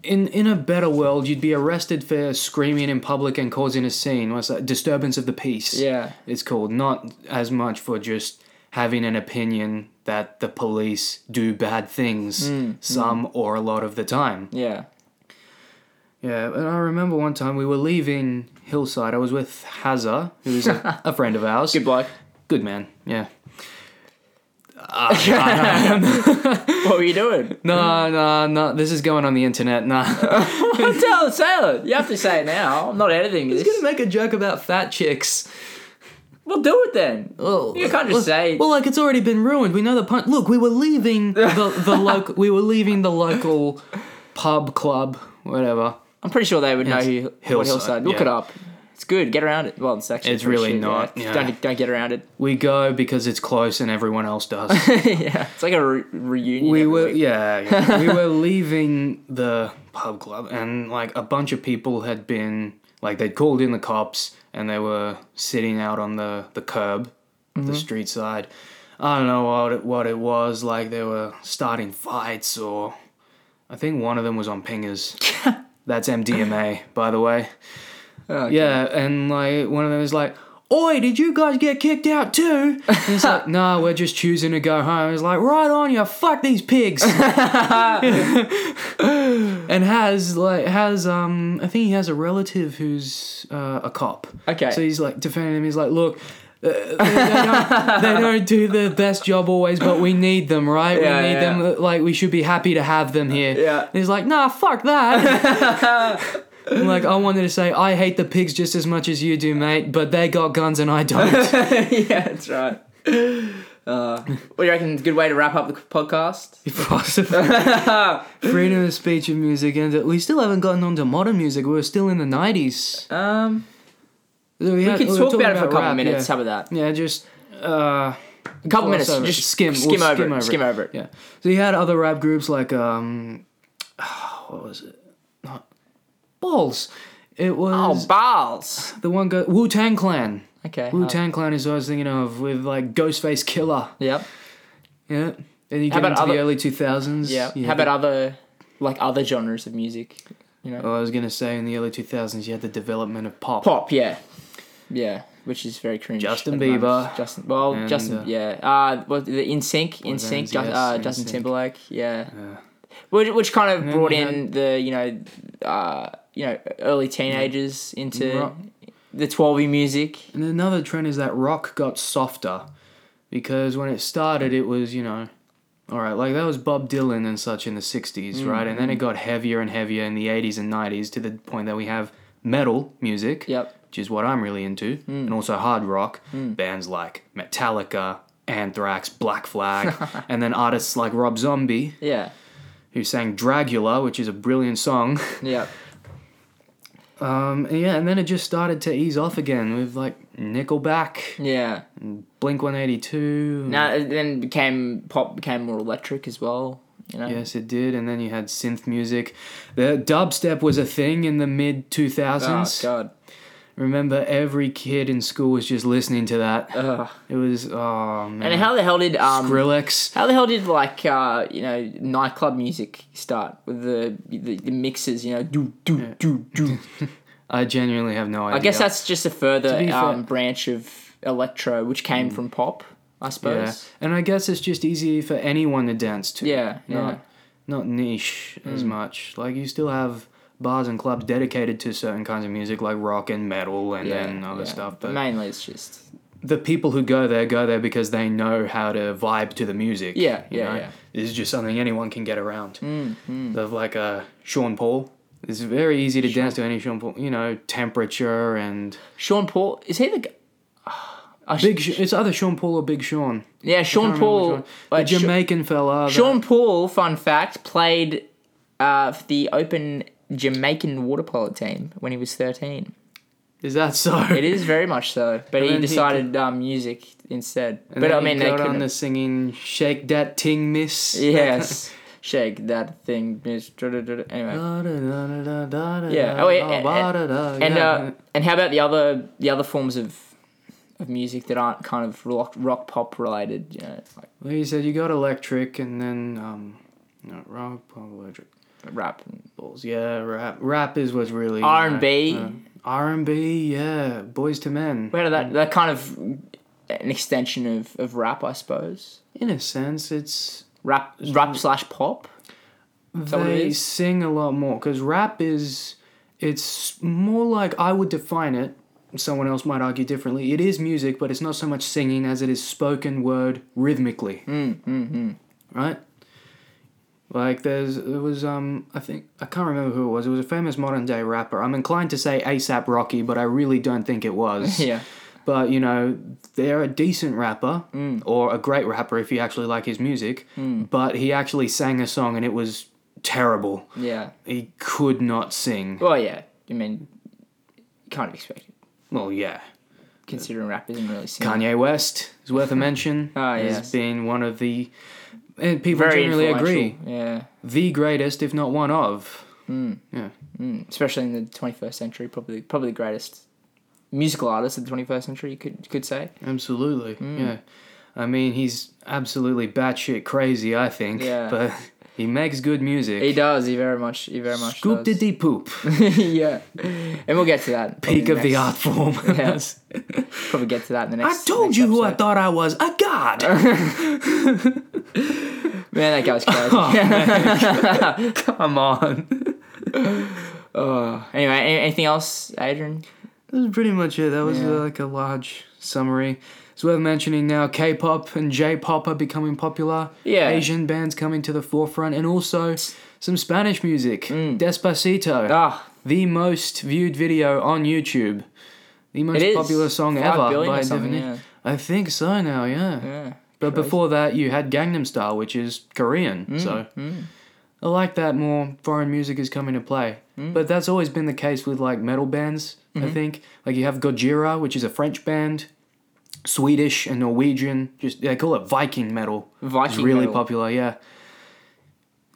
S2: in in a better world, you'd be arrested for screaming in public and causing a scene. What's that? Disturbance of the peace.
S1: Yeah.
S2: it's called. Not as much for just having an opinion that the police do bad things some or a lot of the time.
S1: yeah
S2: Yeah, and I remember one time we were leaving Hillside. I was with Hazza, who's (laughs) a, a friend of ours.
S1: good bloke
S2: Good man. Yeah.
S1: what were you doing
S2: No, no, no. This is going on the internet. Nah.
S1: tell tell it you have to say it now I'm not editing this
S2: He's gonna make a joke about fat chicks.
S1: well do it then
S2: Well,
S1: You can't just
S2: Oh, well,
S1: say-
S2: Well, like it's already been ruined. We know the pun. Look, we were leaving the
S1: (laughs)
S2: the local. We were leaving the local pub club, whatever.
S1: I'm pretty sure they would know
S2: Yes.
S1: who Hillside. What
S2: Hillside,
S1: Hillside. Look
S2: yeah.
S1: it up. It's good. Get around it. Well, it's actually
S2: It's
S1: pretty
S2: really
S1: shit,
S2: not, yeah.
S1: Don't don't get around it. (laughs)
S2: We go because it's close and everyone else does.
S1: yeah, it's like a re- reunion.
S2: we
S1: every
S2: were
S1: week.
S2: yeah, yeah. we were leaving the pub club and like a bunch of people had been like they'd called in the cops and they were sitting out on the the curb the street side i don't know what it, what it was like they were starting fights or i think one of them was on pingers that's mdma by the way yeah and like one of them was like Oi, did you guys get kicked out too? And it's like, nah, we're just choosing to go home. It's like, right on you, fuck these pigs. and has like has um I think he has a relative who's uh, a cop.
S1: Okay. (laughs)
S2: So he's like defending him. He's like, look, uh, they, they don't, they don't do the best job always, but we need them, right?
S1: Yeah,
S2: we need
S1: yeah, yeah.
S2: them. Like we should be happy to have them here.
S1: Yeah.
S2: And he's like, nah, fuck that.
S1: (laughs)
S2: And, like I wanted to say, I hate the pigs just as much as you do, mate. But they got guns and
S1: (laughs)
S2: I don't.
S1: yeah, that's right. Uh, what do you reckon? is a Good way to wrap up the podcast.
S2: Possibly. Freedom of speech and music, and we still haven't gotten onto modern music. We're still in the nineties.
S1: Um,
S2: We,
S1: we
S2: had-
S1: can
S2: we were
S1: talk
S2: talking
S1: about it for a couple
S2: rap,
S1: minutes.
S2: yeah.
S1: How about that?
S2: Yeah, just uh,
S1: A couple
S2: gloss
S1: minutes.
S2: over it.
S1: Just
S2: skim,
S1: skim,
S2: we'll
S1: skim, over,
S2: skim
S1: it.
S2: over
S1: Skim
S2: it.
S1: over it.
S2: yeah. So you had other rap groups like um, (sighs) what was it? Not balls. It
S1: Oh
S2: was
S1: balls.
S2: the one go Wu Tang Clan.
S1: Okay.
S2: Wu
S1: uh,
S2: Tang Clan is what I was thinking of with like Ghostface Killer.
S1: Yep.
S2: Yeah. Then you
S1: How about
S2: get into the
S1: other-
S2: early two thousands.
S1: Yeah. How about other like other genres of music? You know,
S2: Oh, I was gonna say in the early two thousands you had the development of pop.
S1: pop. Yeah. Yeah. Which is very cringe.
S2: Justin
S1: at the moment.
S2: Bieber.
S1: Justin. Well,
S2: And,
S1: Justin.
S2: uh,
S1: yeah. Uh, what the In Sync. In Sync.
S2: bands,
S1: Ju-
S2: yes,
S1: uh,
S2: NSYNC.
S1: Justin Timberlake. Yeah.
S2: Yeah.
S1: Which, which kind of
S2: then
S1: brought
S2: you
S1: in the you know, uh, you know, early teenagers into
S2: Rock.
S1: the twelvey music.
S2: And another trend is that rock got softer, because when it started, it was you know, all right, like that was Bob Dylan and such in the '60s, right? And then it got heavier and heavier in the '80s and '90s to the point that we have metal music,
S1: Yep.
S2: which is what I'm really into, and also hard rock bands like Metallica, Anthrax, Black Flag, and then artists like Rob Zombie
S1: Yeah.
S2: who sang Dragula, which is a brilliant song. (laughs)
S1: Yeah.
S2: Um, and yeah, and then it just started to ease off again with like Nickelback,
S1: Yeah.
S2: Mm. Blink 182.
S1: Now it then became pop became more electric as well. You know.
S2: Yes, it did. And then you had synth music. The dubstep was a thing in the mid
S1: Oh
S2: 2000s.
S1: God.
S2: Remember, every kid in school was just listening to that.
S1: Ugh.
S2: It was, oh man.
S1: And how the hell did um
S2: Skrillex.
S1: how the hell did like uh you know nightclub music start with the the, the mixes you know do do do do.
S2: I genuinely have no idea.
S1: I guess that's just a
S2: be
S1: further
S2: fair- Mm.
S1: um, branch of electro which came from pop, I
S2: Yeah.
S1: suppose.
S2: And I guess it's just easy for anyone to dance to.
S1: Yeah, yeah. Mm.
S2: Not, not niche as much. Like, you still have bars and clubs dedicated to certain kinds of music, like rock and metal and then other stuff. But
S1: mainly it's just
S2: the people who go there go there because they know how to vibe to the music.
S1: Yeah,
S2: you
S1: yeah,
S2: know?
S1: yeah. Mm,
S2: This is just something anyone can get around. Of like uh, Sean Paul. It's very easy to dance to any Sean Paul. You know, temperature and
S1: Sean Paul. Is he the g- I sh-
S2: Big. Sh- it's either Sean Paul or Big Sean.
S1: yeah Sean
S2: I don't remember
S1: Paul?
S2: which one.
S1: wait,
S2: the
S1: Sh-
S2: Jamaican fella. that-
S1: Sean Paul. Fun fact: played uh, for the Open Jamaican water polo team when he was thirteen.
S2: Is that so?
S1: It is very much so. But
S2: And
S1: he
S2: then he
S1: decided um, music instead.
S2: And
S1: but
S2: then
S1: I
S2: he
S1: mean, they
S2: got on
S1: couldn't.
S2: the singing "Shake That Ting,
S1: (laughs)
S2: Miss." (laughs)
S1: Yes. Shake that thing. miss. Anyway.
S2: yeah.
S1: Yeah. Oh, wait, and- And uh, and how about the other the other forms of of music that aren't kind of rock rock pop related? You know, like
S2: well, you said you got electric, and then um, no, rock, pop, electric
S1: rap and
S2: balls. Yeah, rap. Rap is what's really uh,
S1: R and B.
S2: R and B. Yeah, boys to men.
S1: Where did that that kind of an extension of, of rap, I suppose.
S2: In a sense, it's
S1: Rap rap slash
S2: (laughs)
S1: pop. that what it
S2: they
S1: is?
S2: sing a lot more because rap is it's more like i would define it someone else might argue differently it is music but it's not so much singing as it is spoken word rhythmically
S1: Hmm,
S2: mm, right like there's there was um i think i can't remember who it was it was a famous modern day rapper i'm inclined to say asap rocky but i really don't think it
S1: (laughs)
S2: was
S1: Yeah.
S2: but you know they're a decent rapper
S1: Mm.
S2: or a great rapper if you actually like his music but he actually sang a song and it was terrible
S1: Yeah.
S2: he could not sing
S1: Well, yeah. I mean, you can't expect it
S2: well yeah
S1: considering rap isn't really singing.
S2: kanye west
S1: (laughs)
S2: is worth a mention
S1: Ah,
S2: has
S1: yes.
S2: been one of the and people
S1: Very
S2: generally agree
S1: influential, Yeah.
S2: the greatest if not one of yeah
S1: Mm, especially in the 21st century, probably probably the greatest musical artist of the 21st century. You could you could say.
S2: absolutely
S1: Mm.
S2: yeah i mean he's absolutely batshit crazy i think
S1: Yeah.
S2: but (laughs) he makes good music
S1: He does. He very much. He very much.
S2: scoop
S1: does.
S2: diddy poop
S1: (laughs) yeah. And we'll get to that. probably
S2: peak of the
S1: next-
S2: art (laughs) form.
S1: Yes. Probably get to that in the
S2: I
S1: next.
S2: told
S1: next
S2: you who I
S1: episode.
S2: thought I was a (laughs) god.
S1: Man, that guy
S2: (laughs)
S1: was crazy.
S2: Oh,
S1: (laughs)
S2: Come on.
S1: Oh, anyway, any- anything else, Adrian?
S2: That was pretty much it. That was
S1: Yeah.
S2: uh, like a large summary. It's worth mentioning now K pop and J pop are becoming popular.
S1: Yeah.
S2: Asian bands coming to the forefront and also some Spanish music. Despacito.
S1: Ah,
S2: the most viewed video on YouTube. The
S1: It
S2: most
S1: is.
S2: popular song
S1: Five
S2: ever
S1: billion
S2: by
S1: or something,
S2: definition. I think so now, yeah.
S1: yeah.
S2: But
S1: Crazy. Mm,
S2: before that, you had Gangnam Style, which is Korean. so I like that more foreign music is coming to play.
S1: Mm.
S2: But that's always been the case with like metal bands,
S1: Mm-hmm.
S2: I think. Like you have Gojira, which is a French band, Swedish and Norwegian. Just they call it Viking metal. It's
S1: Viking
S2: really
S1: metal.
S2: popular, yeah.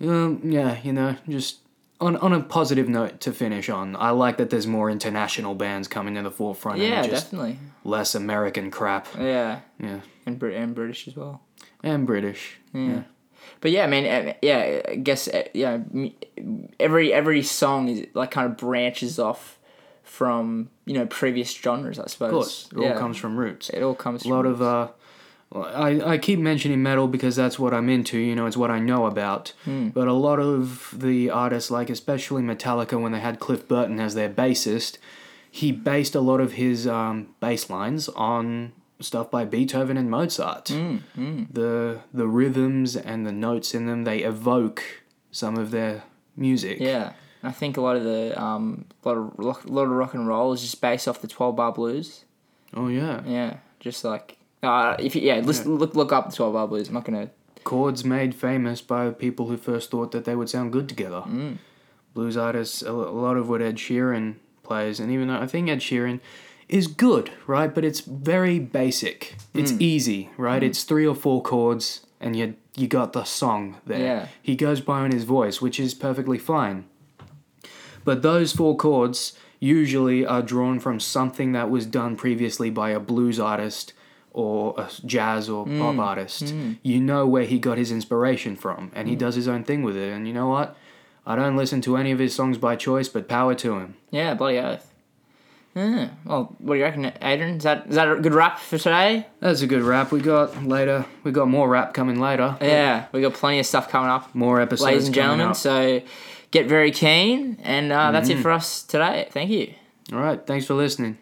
S2: Um, yeah, you know, just on on a positive note to finish on. I like that there's more international bands coming to the forefront
S1: Yeah, Uh,
S2: and just
S1: definitely.
S2: less American crap.
S1: Yeah,
S2: Yeah.
S1: and Brit and British as well.
S2: And British. yeah.
S1: But yeah, I mean, uh, yeah, I guess uh, yeah, m- every every song is like kind of branches off from you know previous genres, I suppose.
S2: Of course, it
S1: yeah.
S2: all comes from roots.
S1: It all comes.
S2: A lot of uh, I I keep mentioning metal because that's what I'm into. You know, it's what I know about. But a lot of the artists, like especially Metallica, when they had Cliff Burton as their bassist, he based a lot of his um, bass lines on stuff by Beethoven and Mozart. The the rhythms and the notes in them they evoke some of their music.
S1: yeah. I think a lot of the um, a lot of rock, a lot of rock and roll is just based off the twelve bar blues.
S2: Oh yeah.
S1: Yeah, just like uh, if you, yeah, listen, look look up the twelve bar blues. I'm not gonna.
S2: chords made famous by people who first thought that they would sound good together. Blues artists, a lo- a lot of what Ed Sheeran plays, and even though I think Ed Sheeran is good, right? But it's very basic. It's easy, right? It's three or four chords, and you you got the song there.
S1: Yeah.
S2: He goes by on his voice, which is perfectly fine. But those four chords usually are drawn from something that was done previously by a blues artist or a jazz or
S1: Mm,
S2: pop artist. You know where he got his inspiration from, and
S1: Mm.
S2: he does his own thing with it. And you know what? I don't listen to any of his songs by choice, but power to him.
S1: Yeah, bloody oath. Yeah. Well, what do you reckon, Adrian? Is that is that a good wrap for today?
S2: That's a good rap. We got later. We got more rap coming later.
S1: Yeah, we got plenty of stuff coming up,
S2: More episodes,
S1: ladies and
S2: coming
S1: gentlemen.
S2: up. Mm-hmm.
S1: So get very keen, and uh, that's it for us today. Thank you.
S2: All right. Thanks for listening.